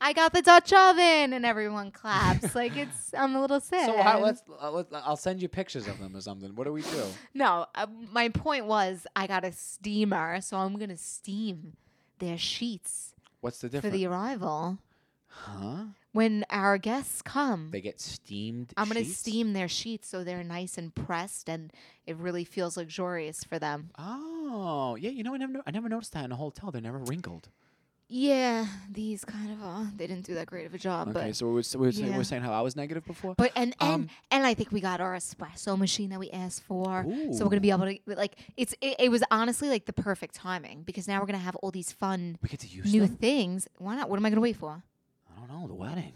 [SPEAKER 1] I got the Dutch oven and everyone claps. like it's. I'm a little sad.
[SPEAKER 2] so how, let's, uh, let's I'll send you pictures of them or something. What do we do?
[SPEAKER 1] No, uh, my point was I got a steamer, so I'm gonna steam their sheets
[SPEAKER 2] What's the
[SPEAKER 1] for
[SPEAKER 2] difference?
[SPEAKER 1] the arrival.
[SPEAKER 2] huh?
[SPEAKER 1] when our guests come.
[SPEAKER 2] They get steamed.
[SPEAKER 1] I'm gonna
[SPEAKER 2] sheets?
[SPEAKER 1] steam their sheets so they're nice and pressed, and it really feels luxurious for them.
[SPEAKER 2] Oh, yeah. You know, I never, I never noticed that in a hotel. They're never wrinkled.
[SPEAKER 1] Yeah, these kind of uh, they didn't do that great of a job,
[SPEAKER 2] Okay,
[SPEAKER 1] but
[SPEAKER 2] so we're, so we're, saying,
[SPEAKER 1] yeah.
[SPEAKER 2] we're saying how I was negative before.
[SPEAKER 1] but and and
[SPEAKER 2] um,
[SPEAKER 1] and I think we got our espresso machine that we asked for, so
[SPEAKER 2] Ooh.
[SPEAKER 1] we're gonna be able to like it's it, it was honestly like the perfect timing because now we're gonna have all these fun
[SPEAKER 2] we get to use
[SPEAKER 1] new
[SPEAKER 2] them.
[SPEAKER 1] things. Why not? What am I gonna wait for?
[SPEAKER 2] I don't know the wedding.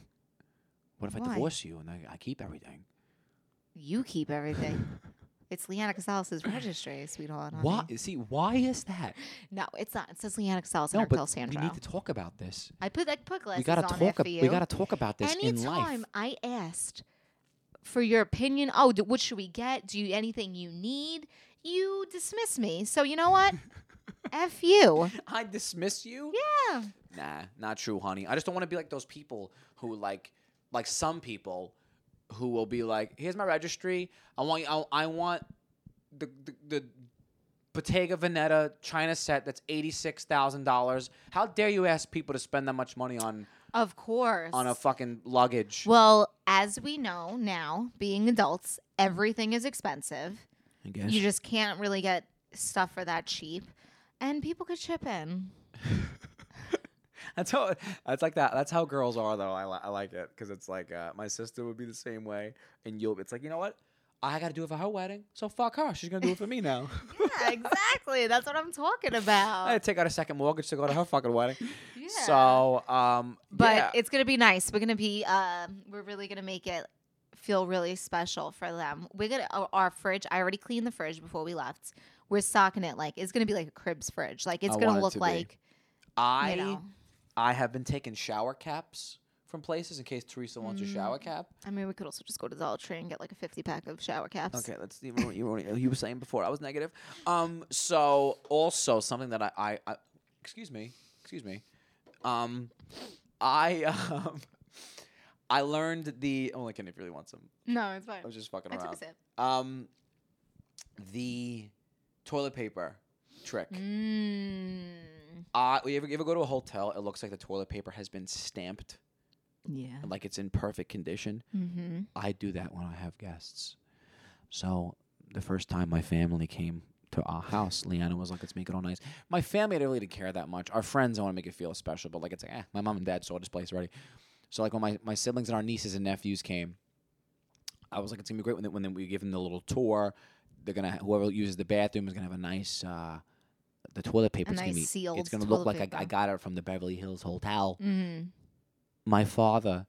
[SPEAKER 2] What if I
[SPEAKER 1] Why?
[SPEAKER 2] divorce you and I, I keep everything?
[SPEAKER 1] You keep everything. it's Leanna Casales' registry, sweetheart. honey.
[SPEAKER 2] Why? See, why is that?
[SPEAKER 1] No, it's not. It says Leanna Casales
[SPEAKER 2] No,
[SPEAKER 1] and
[SPEAKER 2] but
[SPEAKER 1] Raquel
[SPEAKER 2] we
[SPEAKER 1] Sandro.
[SPEAKER 2] need to talk about this.
[SPEAKER 1] I put that put glasses
[SPEAKER 2] we gotta
[SPEAKER 1] on there
[SPEAKER 2] talk.
[SPEAKER 1] for
[SPEAKER 2] ab-
[SPEAKER 1] you.
[SPEAKER 2] we gotta talk about this in
[SPEAKER 1] Anytime
[SPEAKER 2] life.
[SPEAKER 1] I asked for your opinion, oh, d- what should we get? Do you anything you need? You dismiss me. So you know what? F you.
[SPEAKER 2] I dismiss you.
[SPEAKER 1] Yeah.
[SPEAKER 2] Nah, not true, honey. I just don't want to be like those people who like, like some people, who will be like, "Here's my registry. I want, I, I want the the." the Bottega Veneta China set that's eighty six thousand dollars. How dare you ask people to spend that much money on
[SPEAKER 1] Of course.
[SPEAKER 2] on a fucking luggage?
[SPEAKER 1] well, as we know now, being adults, everything is expensive.
[SPEAKER 2] I guess.
[SPEAKER 1] You just can't really get stuff for that cheap. And people could chip in.
[SPEAKER 2] That's how. That's like that. That's how girls are, though. I, li- I like it because it's like uh, my sister would be the same way, and you'll. It's like you know what? I got to do it for her wedding, so fuck her. She's gonna do it for me now.
[SPEAKER 1] Yeah, exactly. That's what I'm talking
[SPEAKER 2] I had
[SPEAKER 1] about.
[SPEAKER 2] to take out a second mortgage to go to her fucking wedding.
[SPEAKER 1] Yeah.
[SPEAKER 2] So, um,
[SPEAKER 1] but
[SPEAKER 2] yeah.
[SPEAKER 1] it's gonna be nice. We're gonna be, um, we're really gonna make it feel really special for them. We're gonna our, our fridge. I already cleaned the fridge before we left. We're stocking it like it's gonna be like a cribs fridge. Like it's
[SPEAKER 2] I want
[SPEAKER 1] gonna
[SPEAKER 2] it
[SPEAKER 1] look
[SPEAKER 2] to be.
[SPEAKER 1] like
[SPEAKER 2] I
[SPEAKER 1] you know.
[SPEAKER 2] I have been taking shower caps from places in case Teresa wants a
[SPEAKER 1] Mm.
[SPEAKER 2] shower cap.
[SPEAKER 1] I mean, we could also just go to Dollar Tree and get like a fifty pack of shower caps.
[SPEAKER 2] Okay, let's you were, you, were, you were saying before I was negative. Um, so also something that I, I, I excuse me, excuse me, um, I um, I learned the only can if you really want some.
[SPEAKER 1] No, it's fine.
[SPEAKER 2] I was just fucking
[SPEAKER 1] I took a
[SPEAKER 2] around.
[SPEAKER 1] sip.
[SPEAKER 2] Um, the toilet paper trick.
[SPEAKER 1] Mm,
[SPEAKER 2] Uh, you ever, you ever go to a hotel? It looks like the toilet paper has been stamped,
[SPEAKER 1] yeah.
[SPEAKER 2] like it's in perfect condition.
[SPEAKER 1] Mm-hmm.
[SPEAKER 2] I do that when I have guests. So the first time my family came to our house, Leanna was like, "Let's make it all nice." My family I didn't really care that much. Our friends, I want to make it feel special, but like it's like, eh, my mom and dad saw this place already. So like when my, my siblings and our nieces and nephews came, I was like, "It's gonna be great when they, when they- we give them the little tour. They're gonna whoever uses the bathroom is gonna have a nice." Uh, the toilet paper
[SPEAKER 1] nice
[SPEAKER 2] gonna be,
[SPEAKER 1] sealed
[SPEAKER 2] it's gonna
[SPEAKER 1] toilet
[SPEAKER 2] look like I, I
[SPEAKER 1] paper.
[SPEAKER 2] got it from the Beverly Hills Hotel
[SPEAKER 1] Mm-hmm.
[SPEAKER 2] my father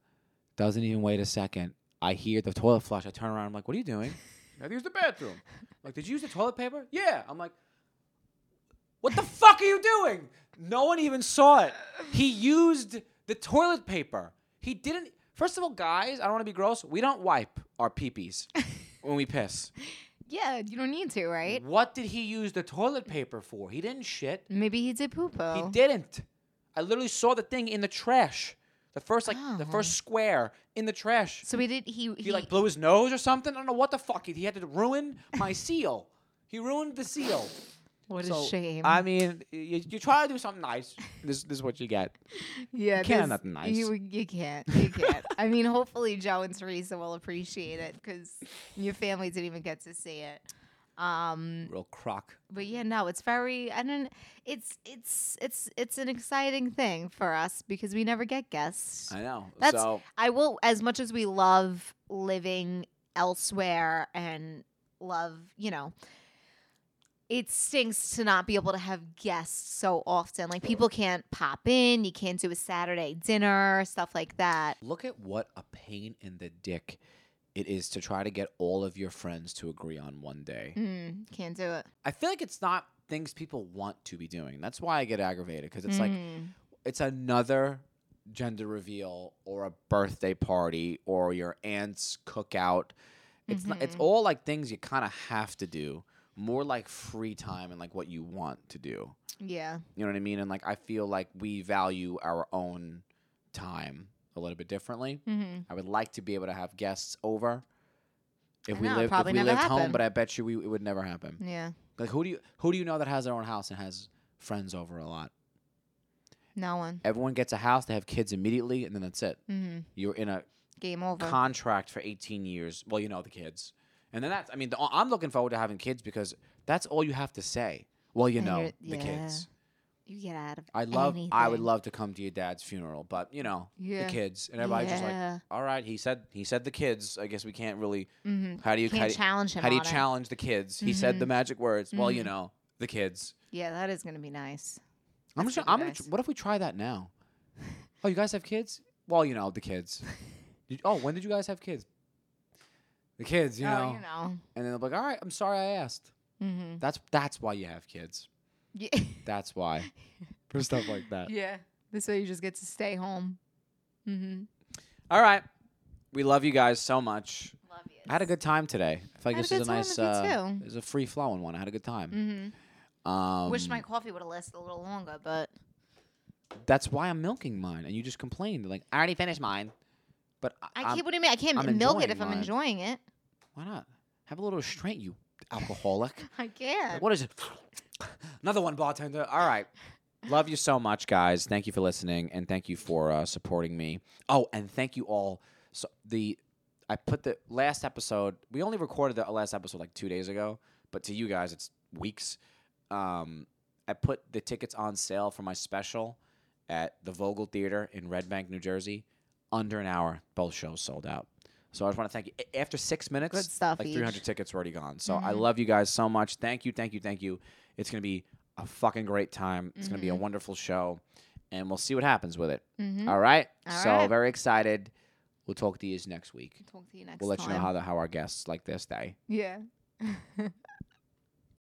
[SPEAKER 2] doesn't even wait a second. I hear the toilet flush. I turn around. I'm like, what are you doing? I used the bathroom. Like, did you use the toilet paper? Yeah. I'm like, what the fuck are you doing? No one even saw it. He used the toilet paper. He didn't. First of all, guys, I don't want to be gross. We don't wipe our peepees when we piss.
[SPEAKER 1] Yeah, you don't need to, right?
[SPEAKER 2] What did he use the toilet paper for? He didn't shit.
[SPEAKER 1] Maybe he did poo
[SPEAKER 2] Mm-hmm. He didn't. I literally saw the thing in the trash. The first like the first square in the trash.
[SPEAKER 1] So he did. He
[SPEAKER 2] Oh. He, like blew his nose or something. I don't know what the fuck. He, he had to ruin my seal. He ruined the seal.
[SPEAKER 1] What a
[SPEAKER 2] So,
[SPEAKER 1] shame.
[SPEAKER 2] I mean, you, you try to do something nice. This this is what you get.
[SPEAKER 1] yeah,
[SPEAKER 2] can't have
[SPEAKER 1] this-
[SPEAKER 2] nothing nice.
[SPEAKER 1] You, you can't. You can't. I mean, hopefully Joe and Teresa will appreciate it because your family didn't even get to see it. Um,
[SPEAKER 2] Real crock.
[SPEAKER 1] but yeah, no, it's very. I don't. It's it's it's it's an exciting thing for us because we never get guests.
[SPEAKER 2] I know.
[SPEAKER 1] That's-
[SPEAKER 2] so
[SPEAKER 1] I will, as much as we love living elsewhere and love, you know, it stinks to not be able to have guests so often. Like people can't pop in, you can't do a Saturday dinner, stuff like that.
[SPEAKER 2] look at what a pain in the dick it is to try to get all of your friends to agree on one day.
[SPEAKER 1] Mm, can't do it.
[SPEAKER 2] I feel like it's not things people want to be doing. That's why I get aggravated because it's like
[SPEAKER 1] Mm.
[SPEAKER 2] it's another gender reveal or a birthday party or your aunt's cookout. It's not, it's
[SPEAKER 1] Mhm.
[SPEAKER 2] all like things you kind of have to do, more like free time and like what you want to do.
[SPEAKER 1] yeah,
[SPEAKER 2] You know what I mean? And like I feel like we value our own time a little bit differently.
[SPEAKER 1] hmm
[SPEAKER 2] I would like to be able to have guests over. If
[SPEAKER 1] I
[SPEAKER 2] we
[SPEAKER 1] know, it
[SPEAKER 2] lived, if
[SPEAKER 1] probably
[SPEAKER 2] we
[SPEAKER 1] never
[SPEAKER 2] lived home,
[SPEAKER 1] happened.
[SPEAKER 2] but I bet you we, it would never happen.
[SPEAKER 1] yeah.
[SPEAKER 2] Like who do you who do you know that has their own house and has friends over a lot?
[SPEAKER 1] No one.
[SPEAKER 2] Everyone gets a house, they have kids immediately, and then that's it.
[SPEAKER 1] hmm
[SPEAKER 2] You're in a
[SPEAKER 1] Game over.
[SPEAKER 2] contract for 18 years. Well, you know the kids. And then that's, I mean, the, uh, I'm looking forward to having kids because that's all you have to say. Well, you
[SPEAKER 1] And
[SPEAKER 2] know,
[SPEAKER 1] you're-
[SPEAKER 2] the
[SPEAKER 1] yeah.
[SPEAKER 2] kids.
[SPEAKER 1] you get out of.
[SPEAKER 2] I love, I would
[SPEAKER 1] Anything.
[SPEAKER 2] love to come to your dad's funeral, but you know,
[SPEAKER 1] Yeah.
[SPEAKER 2] the kids. And everybody's just like,
[SPEAKER 1] Yeah.
[SPEAKER 2] all right, he said, he said the kids. I guess we can't really,
[SPEAKER 1] hmm
[SPEAKER 2] how do you,
[SPEAKER 1] You
[SPEAKER 2] how
[SPEAKER 1] can't
[SPEAKER 2] do-
[SPEAKER 1] challenge him.
[SPEAKER 2] how do you
[SPEAKER 1] on it. Mm-hmm.
[SPEAKER 2] challenge the kids? He said the magic words. Well, you
[SPEAKER 1] Mhm.
[SPEAKER 2] know, the kids.
[SPEAKER 1] Yeah, that is gonna be nice.
[SPEAKER 2] I'm
[SPEAKER 1] That's
[SPEAKER 2] just,
[SPEAKER 1] pretty
[SPEAKER 2] I'm gonna,
[SPEAKER 1] nice.
[SPEAKER 2] tr- what if we try that now? Oh, you guys have kids? Well, you know, the kids. Did- oh, when did you guys have kids? The kids, you, know.
[SPEAKER 1] Oh, you know.
[SPEAKER 2] And then they'll be like, all right, I'm sorry I asked.
[SPEAKER 1] Mm-hmm.
[SPEAKER 2] That's that's why you have kids.
[SPEAKER 1] Yeah.
[SPEAKER 2] That's why. For stuff like that.
[SPEAKER 1] yeah. This way you just get to stay home. Mm-hmm.
[SPEAKER 2] All right. We love you guys so much.
[SPEAKER 1] Love you.
[SPEAKER 2] I had a good time today. I feel like
[SPEAKER 1] Had a
[SPEAKER 2] this is
[SPEAKER 1] good
[SPEAKER 2] a
[SPEAKER 1] time
[SPEAKER 2] nice
[SPEAKER 1] with you
[SPEAKER 2] uh,
[SPEAKER 1] too.
[SPEAKER 2] it was a free flowing one. I had a good time.
[SPEAKER 1] Mm-hmm.
[SPEAKER 2] Um
[SPEAKER 1] Wish my coffee would have lasted a little longer, but
[SPEAKER 2] That's why I'm milking mine and you just complained like I already finished mine. But I,
[SPEAKER 1] I
[SPEAKER 2] I'm-
[SPEAKER 1] keep. What do you mean? I can't
[SPEAKER 2] I'm
[SPEAKER 1] milk it
[SPEAKER 2] enjoying
[SPEAKER 1] if I'm
[SPEAKER 2] mine.
[SPEAKER 1] enjoying it.
[SPEAKER 2] Why not? Have a little restraint, you alcoholic.
[SPEAKER 1] I can't.
[SPEAKER 2] what is it? Another one, bartender. All right. Love you so much, guys. Thank you for listening, and thank you for uh, supporting me. Oh, and thank you all. So the I put the last episode. We only recorded the last episode like two days ago, but to you guys, it's weeks. Um, I put the tickets on sale for my special at the Vogel Theater in Red Bank, New Jersey. Under an hour, both shows sold out. So I just want to thank you. A- After six minutes,
[SPEAKER 1] Good stuff,
[SPEAKER 2] like
[SPEAKER 1] Eej.
[SPEAKER 2] 300 tickets were already gone. So I
[SPEAKER 1] Mhm.
[SPEAKER 2] love you guys so much. Thank you, thank you, thank you. It's gonna be a fucking great time. It's gonna be a wonderful show, and we'll see what happens with it.
[SPEAKER 1] Mm-hmm.
[SPEAKER 2] All right.
[SPEAKER 1] All
[SPEAKER 2] so
[SPEAKER 1] right.
[SPEAKER 2] very excited. We'll talk to you next week.
[SPEAKER 1] Talk to you next
[SPEAKER 2] We'll let
[SPEAKER 1] time.
[SPEAKER 2] you know how the, how our guests like this day.
[SPEAKER 1] Yeah.